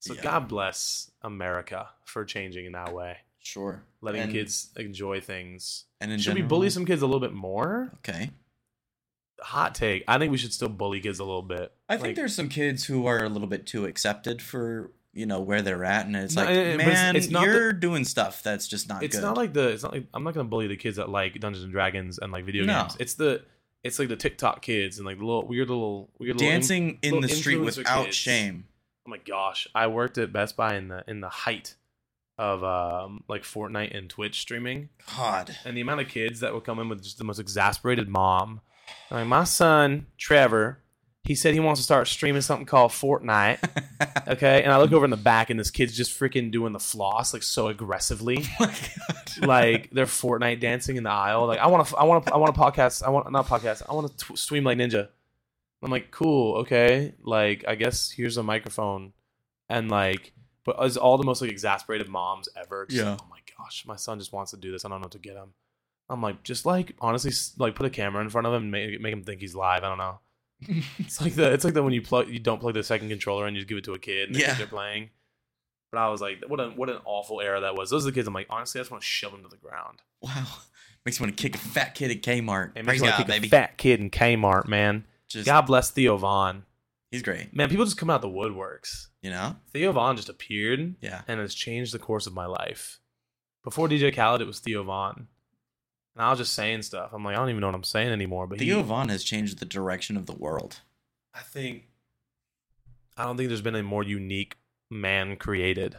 So
Yeah.
God bless America for changing in that way,
Sure.
letting
And-
kids enjoy things.
And in
Should we
general-
bully some kids a little bit more?
Okay.
Hot take. I think we should still bully kids a little bit.
I think
Like,
there's some kids who are a little bit too accepted for you know where they're at, and it's
No,
like,
it- it- but it's-
man,
it's not
you're doing stuff that's just not
it's
good.
not like the it's not like I'm not gonna bully the kids that like Dungeons and Dragons and like video
No.
games. It's the it's like the TikTok kids and like the little weird little weird little
dancing in
little
the street
influencer
without
kids.
shame.
oh my gosh, I worked at Best Buy in the in the height of um like Fortnite and Twitch streaming,
God.
and the amount of kids that would come in with just the most exasperated mom. I'm like my son Trevor, he said he wants to start streaming something called Fortnite. Okay, and I look over in the back, and this kid's just freaking doing the floss like so aggressively.
Oh
like they're Fortnite dancing in the aisle. Like I want to, I want to, I want to podcast. I want not podcast. I want to t- stream like Ninja. I'm like, cool, okay. Like I guess here's a microphone, and like, but it's all the most like exasperated moms ever. Just like,
Yeah.
oh my gosh, my son just wants to do this. I don't know what to get him. I'm like, just like honestly, s- like put a camera in front of him, and make make him think he's live. I don't know. It's like the it's like the when you plug you don't plug the second controller in, you just give it to a kid and the
Yeah.
kids are playing. But I was like, what an what an awful era that was. Those are the kids I'm like, honestly, I just want to shove them to the ground.
wow. Makes me want to kick a fat kid at Kmart.
It
Praise
makes me wanna
God,
kick a
baby.
fat kid in Kmart, man.
Just
God bless Theo Vaughn.
he's great.
Man, people just come out the woodworks.
You know.
Theo Vaughn just appeared
Yeah.
and has changed the course of my life. Before DJ Khaled, it was Theo Vaughn. And I was just saying stuff. I'm like, I don't even know what I'm saying anymore. But
Theo
he,
Vaughn has changed the direction of the world.
I think I don't think there's been a more unique man created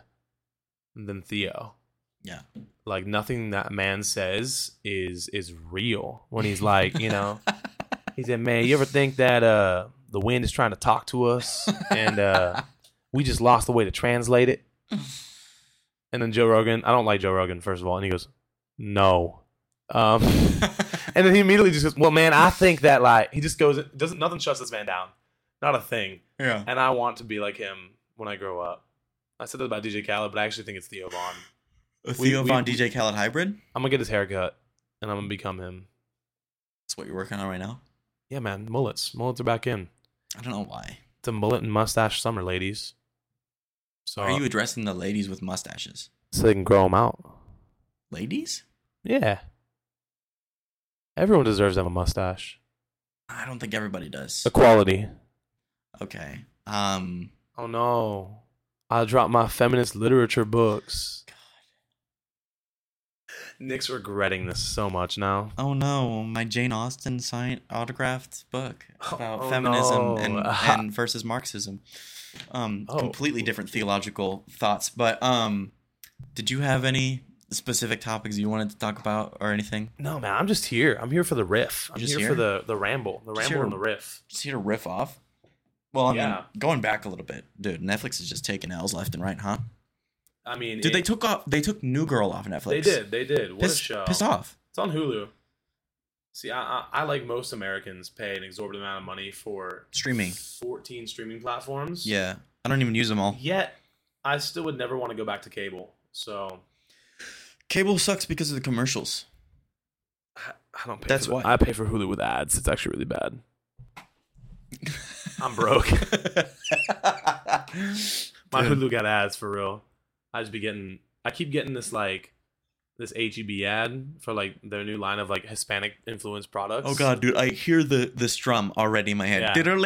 than Theo.
Yeah.
Like nothing that man says is is real when he's like, you know, he said, "Man, you ever think that uh the wind is trying to talk to us and uh we just lost the way to translate it?" And then Joe Rogan, I don't like Joe Rogan first of all, and he goes, no. Um, and then he immediately just goes, well, man, I think that like he just goes, doesn't nothing shuts this man down, not a thing.
yeah.
And I want to be like him when I grow up. I said that about DJ Khaled, but I actually think it's Theo Vaughn.
A
we-
Theo
we-
Von DJ Khaled hybrid.
I'm gonna get his haircut, and I'm gonna become him.
That's what you're working on right now.
Yeah, man, mullets, mullets are back in.
I don't know why.
It's a mullet and mustache summer, ladies. So,
Are you addressing the ladies with mustaches?
so they can grow them out.
Ladies?
Yeah. Everyone deserves to have a mustache.
I don't think everybody does.
Equality.
Okay. Um.
Oh no. I dropped my feminist literature books. Nick's regretting this so much now.
Oh no, my Jane Austen signed autographed book about
Oh,
feminism
no.
and, and versus Marxism. Um,
Oh.
completely different theological thoughts. But um, did you have any specific topics you wanted to talk about or anything?
No man, I'm just here. I'm here for the riff. I'm
Just
here,
here?
for the the ramble, the
Just
ramble and
here.
the riff.
Just here to riff off. Well, I mean,
Yeah.
going back a little bit, dude. Netflix is just taking L's left and right, huh?
I mean,
Dude,
it-
they took off. They took New Girl off Netflix.
They did. They did. What a
Pissed,
show.
pissed off.
It's on Hulu. See, I, I I like most Americans pay an exorbitant amount of money for
Streaming.
14 streaming platforms.
Yeah, I don't even use them all.
Yet, I still would never want to go back to cable. So
Cable sucks because of the commercials.
I, I don't pay.
That's
for
why.
I pay for Hulu with ads. It's actually really bad. I'm broke. My
Dude.
Hulu got ads for real. I just be getting. I keep getting this like this HEB ad for like their new line of like Hispanic influenced products.
Oh god, dude! I hear the the strum already in my head.
Yeah.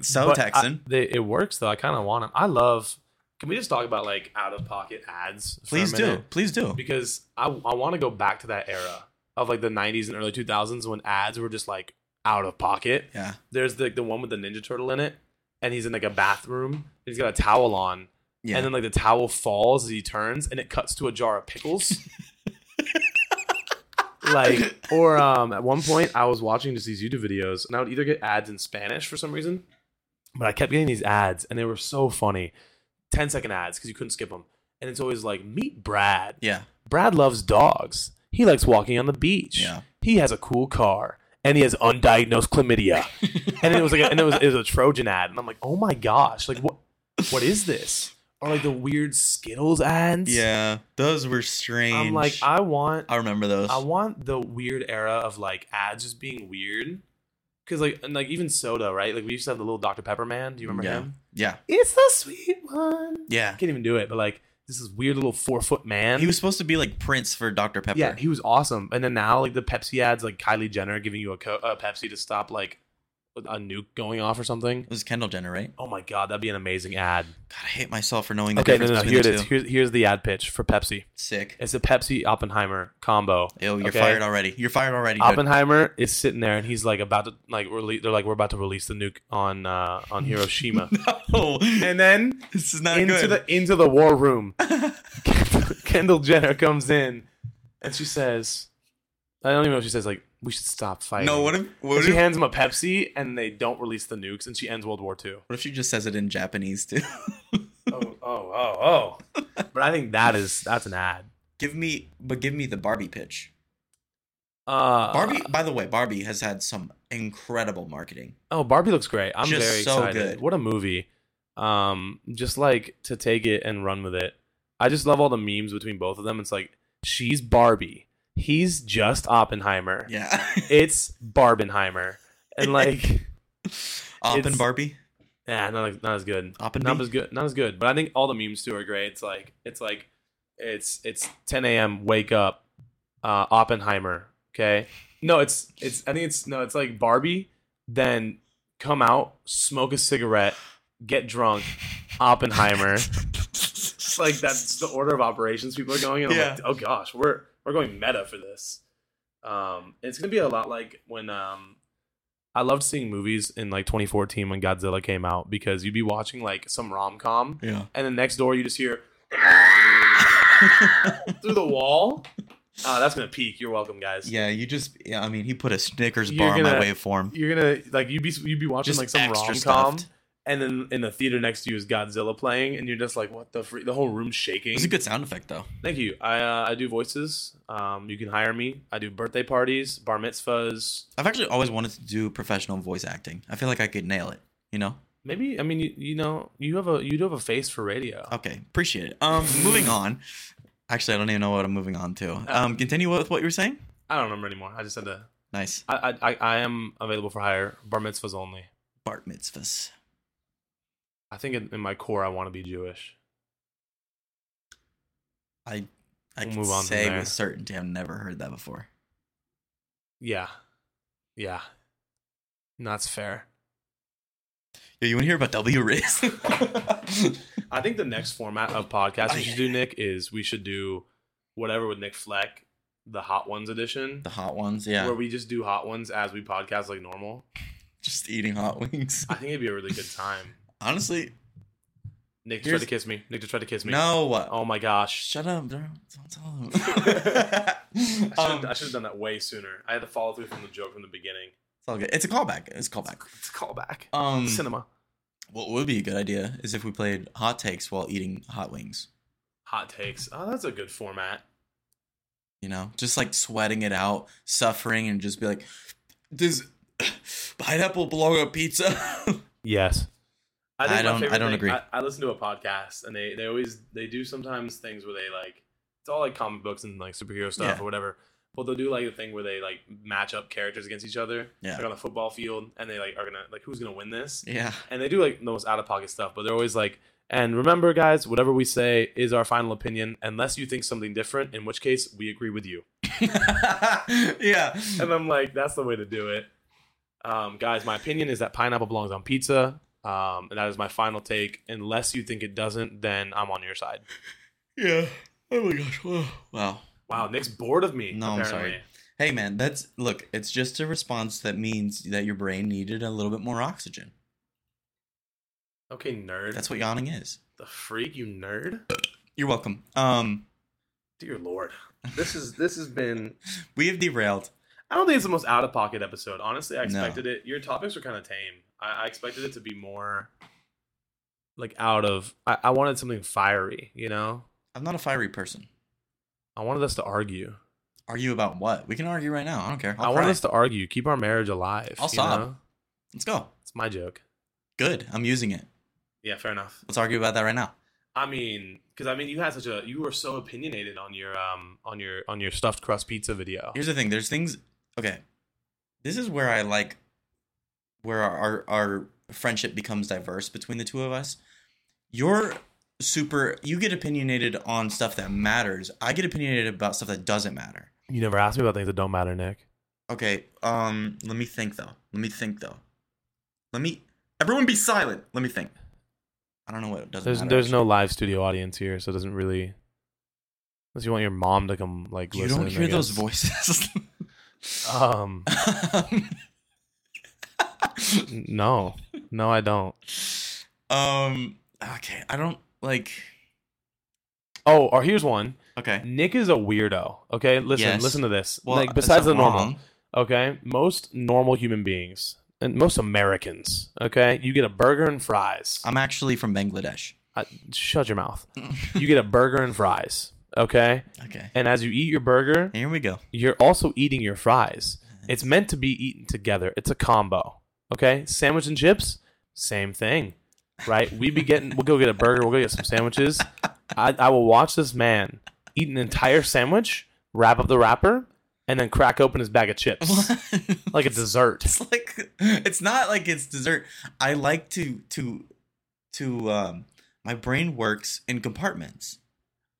So
But I-
Texan,
they, it works though. I kind of want them. I love. Can we just talk about like out of pocket ads? for a
please do,
minute?
please do.
because I I want to go back to that era of like the '90s and early 2000s when ads were just like out of pocket.
Yeah,
There's the the one with the Ninja Turtle in it, and he's in like a bathroom. and He's got a towel on,
yeah.
and then like the towel falls as he turns, and it cuts to a jar of pickles. like, or um, at one point I was watching just these YouTube videos, and I would either get ads in Spanish for some reason, but I kept getting these ads, and they were so funny, 10 second ads because you couldn't skip them, and it's always like meet Brad.
yeah,
Brad loves dogs. He likes walking on the beach.
yeah.
He has a cool car. And he has undiagnosed chlamydia. and it was like, a, and it was, it was a Trojan ad. And I'm like, oh my gosh, like what, what is this? Or like the weird Skittles ads.
Yeah, those were strange.
I'm like,
I,
I want,
remember those.
I want the weird era of like ads just being weird. Cause like, and like even soda, right? Like we used to have the little Dr Pepper man. Do you remember
yeah.
him?
Yeah,
It's the sweet one. I
yeah.
can't even do it. But like this is weird little four foot man.
He was supposed to be like Prince for Dr Pepper.
Yeah, he was awesome. And then now, like the Pepsi ads, like Kylie Jenner giving you a, co- a Pepsi to stop like a nuke going off or something.
it was Kendall Jenner, right?
Oh my god, that'd be an amazing ad.
God, I hate myself for knowing the
Okay, no,
difference
no, no. Here
between
it
the
is.
two.
Here's here's the ad pitch for Pepsi.
Sick.
It's a Pepsi Oppenheimer combo.
Yo, you're
okay.
fired already. You're fired already. dude.
Oppenheimer is sitting there, and he's like about to like release. They're like, we're about to release the nuke on uh, on Hiroshima.
No,
and then
this is not
into
Uh, good.
the into the war room, Kendall Jenner comes in, and she says, I don't even know. what She says like, we should stop fighting.
no, what if what
But she
if,
hands him a Pepsi, and they don't release the nukes, and she ends World War II.
what if she just says it in Japanese too?
Oh, oh, oh, oh! but I think that is that's an ad.
give me, but give me the Barbie pitch.
Uh,
Barbie, by the way, Barbie has had some incredible marketing.
Oh, Barbie looks great. I'm
Just
very
so
excited.
good.
What a movie! Um, just like to take it and run with it. I just love all the memes between both of them. It's like she's Barbie, he's just Oppenheimer.
Yeah.
It's Barbenheimer, and like,
Op
It's-
and Barbie.
yeah, not not as good.
Op and
not
Bee?
as good not as good but i think all the memes too are great it's like it's like it's it's 10 a.m wake up uh oppenheimer okay no it's it's i think it's no it's like barbie then come out smoke a cigarette get drunk oppenheimer it's like that's the order of operations people are going in I'm like,
Yeah.
oh gosh we're we're going meta for this um it's gonna be a lot like when um I loved seeing movies in like 2014 when Godzilla came out because you'd be watching like some rom com,
Yeah.
and then next door you just hear through the wall. Uh, that's gonna peak. You're welcome, guys.
yeah, you just. Yeah, I mean, he put a Snickers
You're
bar on my
gonna-
waveform.
You're gonna like you'd be you'd be watching
Just
like some
extra
rom com,
stuffed.
and then in the theater next to you is Godzilla playing, and you're just like, what the freak? The whole room's shaking.
It's a good sound effect though.
Thank you. I uh, I do voices. Um, you can hire me. I do birthday parties, bar mitzvahs.
I've actually always wanted to do professional voice acting. I feel like I could nail it. You know.
Maybe I mean you, you know you have a you do have a face for radio.
Okay, appreciate it. Um, moving on. Actually, I don't even know what I'm moving on
Uh-huh.
to. Um, continue with what you were saying.
I don't remember anymore. I just had to.
Nice.
I I I, I am available for hire. Bar mitzvahs only.
Bart mitzvahs.
I think in, in my core I want to be Jewish.
I I
We'll
can
move on from
say
there.
with certainty I've never heard that before.
Yeah, yeah, And that's fair.
Yo, you want to hear about W Riz?
I think the next format of podcast we should do, Nick, is we should do whatever with Nick Fleck, the Hot Ones edition,
the hot ones, yeah.
where we just do Hot Ones as we podcast like normal.
Just eating hot wings.
I think it'd be a really good time.
Honestly,
Nick just
Here's-
tried to kiss me. Nick just tried to kiss me.
no.
Oh my gosh.
Shut up, bro. Don't tell him.
I should
Um,
have done that way sooner. I had to follow through from the joke from the beginning.
It's all good. It's a callback. It's a callback.
It's a callback.
Um,
Cinema.
what would be a good idea is if we played hot takes while eating hot wings.
Hot takes. Oh, that's a good format.
You know, just like sweating it out, suffering, and just be like, "Does pineapple belong on pizza?"
Yes.
I don't- I don't agree.
I, I listen to a podcast and they, they always they do sometimes things where they like it's all like comic books and like superhero stuff
Yeah.
or whatever. But they'll do like a thing where they like match up characters against each other,
Yeah.
like on a football field, and they like are gonna like who's gonna win this?
yeah,
And they do like the most out of pocket stuff, but they're always like, and remember, guys, whatever we say is our final opinion, unless you think something different, in which case we agree with you.
yeah.
and I'm like, that's the way to do it. Um, guys, my opinion is that pineapple belongs on pizza. Um, and that is my final take. Unless you think it doesn't, then I'm on your side.
Yeah. Oh my gosh. Wow. Wow.
Wow, Nick's bored of me.
No, I'm
apparently.
sorry. Hey man, that's look, it's just a response that means that your brain needed a little bit more oxygen.
Okay, nerd.
That's what yawning is.
the freak, you nerd.
You're welcome. Um
Dear lord, this is this has been.
we have derailed.
I don't think it's the most out of pocket episode. Honestly, I
No.
expected it. Your topics were kind of tame. I, I expected it to be more like out of. I, I wanted something fiery. You know,
I'm not a fiery person.
I wanted us to argue.
Argue about what? We can argue right now. I don't care.
i
I'll
want
cry.
us to argue. Keep our marriage alive.
I'll
you
sob.
know?
Let's go.
It's my joke.
Good. I'm using it.
Yeah, fair enough.
Let's argue about that right now.
I mean, because I mean, you had such a you were so opinionated on your um on your on your stuffed crust pizza video.
Here's the thing. There's things okay. This is where I like where our, our our friendship becomes diverse between the two of us. You're super you get opinionated on stuff that matters. I get opinionated about stuff that doesn't matter.
You never asked me about things that don't matter, Nick.
Okay, um, let me think though. Let me think though. Let me. Everyone be silent. Let me think. I don't know what it doesn't
There's
matter.
there's no live studio audience here, so it doesn't really. Unless you want your mom to come, like
You
listen,
don't
I
hear those
guess.
voices.
Um, no, no, I don't.
um. Okay, I don't like.
Oh, or here's one.
Okay.
Nick is a weirdo. Okay, listen,
Yes.
listen to this.
Well,
like
it's
besides the
not
normal,
wrong.
okay most normal human beings and most americans okay you get a burger and fries
I'm actually from Bangladesh.
I, shut your mouth you get a burger and fries okay
Okay.
and as you eat your burger
Here we go.
you're also eating your fries it's meant to be eaten together it's a combo okay sandwich and chips same thing right we be getting we'll go get a burger we'll go get some sandwiches I, I will watch this man eat an entire sandwich wrap up the wrapper and then crack open his bag of chips like a dessert
it's like it's not like it's dessert. I like to to to um my brain works in compartments.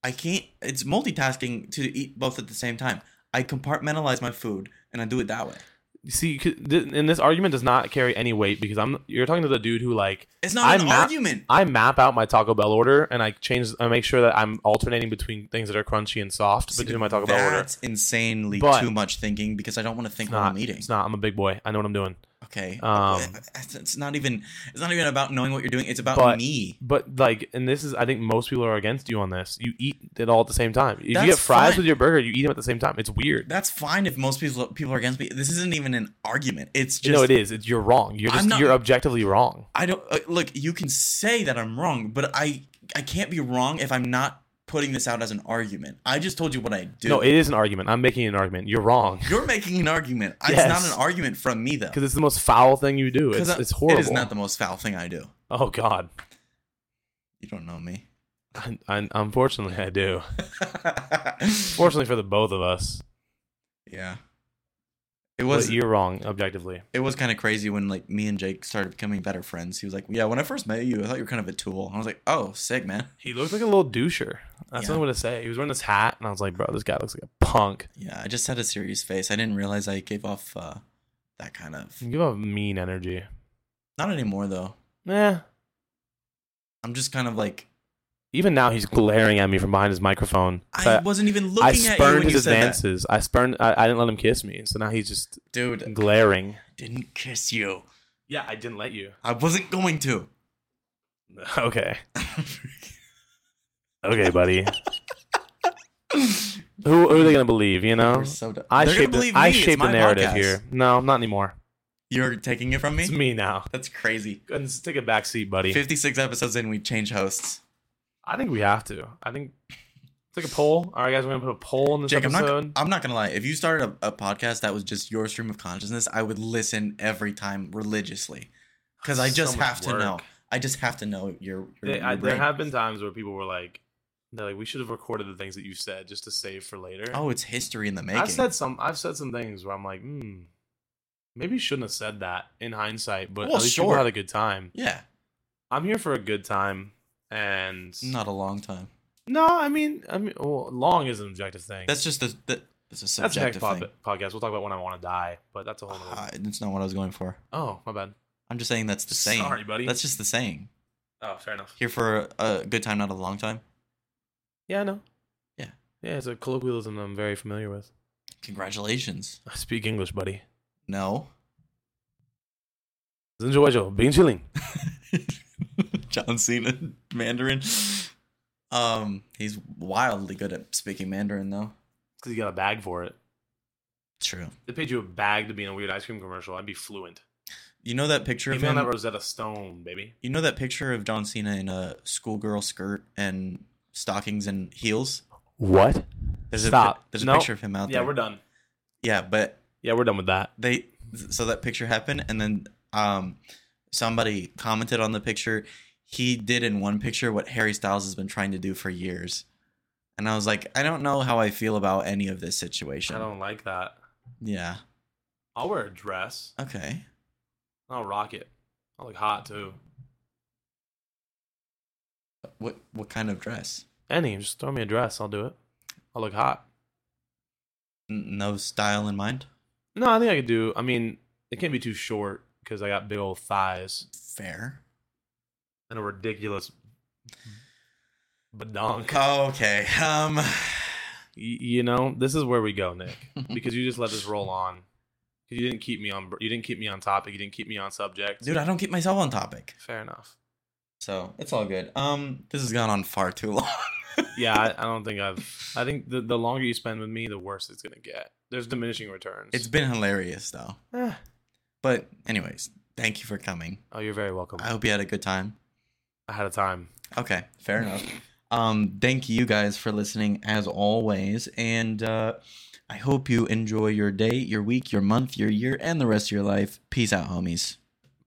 I can't it's multitasking to eat both at the same time. I compartmentalize my food and I do it that way.
You see, you could- th- and this argument does not carry any weight because I'm you're talking to the dude who like
It's not an
I'm not-
argument.
I map out my Taco Bell order and I change I make sure that I'm alternating between things that are crunchy and soft between my Taco Bell order.
That's insanely
But-
too much thinking because I don't want to think
It's
while
not
I'm eating.
It's not. I'm a big boy. I know what I'm doing.
Okay.
Um,
it's it's not even it's not even about knowing what you're doing. It's about
But-
me.
But like, and this is, I think most people are against you on this. You eat it all at the same time. If
That's
you get fries
fine.
with your burger, you eat them at the same time. It's weird.
That's fine if most people people are against me. This isn't even an argument. It's just
no, it is. It's, you're wrong. You're
I'm
just
not-
you're objectively wrong.
I don't uh, look. You can say that I'm wrong, but I I can't be wrong if I'm not putting this out as an argument. I just told you what I do.
No, it is an argument. I'm making an argument. You're wrong
You're making an argument. It's
Yes.
not an argument from me though.
because it's the most foul thing you do.
'Cause
It's,
I-
it's horrible.
It is not the most foul thing I do.
oh God.
You don't know me.
I, I, unfortunately, I do. Fortunately for the both of us,
yeah. It
but
was
you're wrong objectively.
it was kind of crazy when like me and Jake started becoming better friends. He was like, "Yeah, when I first met you, I thought you were kind of a tool." I was like, "Oh, sick, man."
He looked like a little doucher. That's
Yeah.
what I'm gonna say. He was wearing this hat, and I was like, bro, this guy looks like a punk.
Yeah, I just had a serious face. I didn't realize I gave off uh, that kind of.
You give off mean energy.
Not anymore though.
Eh,
I'm just kind of like
Even now, he's glaring at me from behind his microphone.
I
I,
wasn't even
I
looking at you
spurned
when you
his
said
advances. I spurned. I, I didn't let him kiss me, so now he's just
that, dude.
glaring.
Didn't kiss you.
Yeah, I didn't let you.
I wasn't going to.
Okay, okay, buddy. who, who are they gonna believe? You know,
You're so dumb.
I
They're gonna
shaped. The,
believe me.
I
It's
shaped the
my
narrative
podcast.
here. No, not anymore.
You're taking it from
It's
me.
me now.
That's crazy.
Go ahead and take a back seat, buddy.
56 episodes in, we change hosts.
I think we have to. I think take a poll. All right, guys, we're gonna put a poll in this
Jake, I'm not.
episode.
I'm not gonna lie. If you started a, a podcast that was just your stream of consciousness, I would listen every time religiously, because I
So
just
much
have to
work.
know. I just have to know your. your,
They,
your
I, there
brain.
have been times where people were like, "They're like, we should have recorded the things that you said just to save for later."
Oh, it's history in the making.
I've said some. I've said some things where I'm like, "Hmm, maybe you shouldn't have said that." In hindsight, but
Well,
at least
sure.
people had a good time.
yeah,
I'm here for a good time, and
not a long time.
no, I mean, I mean, well, long is an objective thing.
That's just the. the it's a
that's the next
subjective
pod-
thing.
podcast. We'll talk about when I want to die, but that's a whole.
Uh,
nother
it's not what I was going for.
oh, my bad.
I'm just saying that's the saying.
Sorry, buddy.
That's just the saying.
oh, fair enough.
Here for a, a good time, not a long time.
Yeah, I know.
Yeah.
yeah, it's a colloquialism I'm very familiar with.
Congratulations.
I speak English, buddy.
No.
Enjoy your being chilling.
John Cena Mandarin. Um, he's wildly good at speaking Mandarin though.
Because you got a bag for it.
True.
They paid you a bag to be in a weird ice cream commercial. I'd be fluent.
You know that picture of
Give me on that
him,
Rosetta Stone, baby.
you know that picture of John Cena in a schoolgirl skirt and stockings and heels?
What?
There's a pi-
Stop.
there's a
No.
picture of him out
Yeah,
there.
we're done.
Yeah, but
Yeah, we're done with that.
they so that picture happened and then um somebody commented on the picture he did in one picture what harry styles has been trying to do for years and i was like i don't know how i feel about any of this situation
I don't like that.
yeah
I'll wear a dress.
okay
I'll rock it. I'll look hot too.
what what kind of dress
Any, just throw me a dress. I'll do it. I'll look hot.
N- no style in mind
No, I think I could do. I mean, it can't be too short because I got big old thighs
fair
and a ridiculous badonk.
okay um
Y- you know this is where we go nick because you just let this roll on 'Cause you didn't keep me on you didn't keep me on topic you didn't keep me on subject
dude i don't keep myself on topic
fair enough
so it's all good um this has gone on far too long
yeah I, I don't think i've i think the, the longer you spend with me the worse it's gonna get there's diminishing returns
it's been hilarious though
Eh.
but anyways thank you for coming
oh you're very welcome
I hope you had a good time.
i had a time
Okay, fair enough. Um, thank you guys for listening as always, and uh, I hope you enjoy your day, your week, your month, your year, and the rest of your life. Peace out, homies.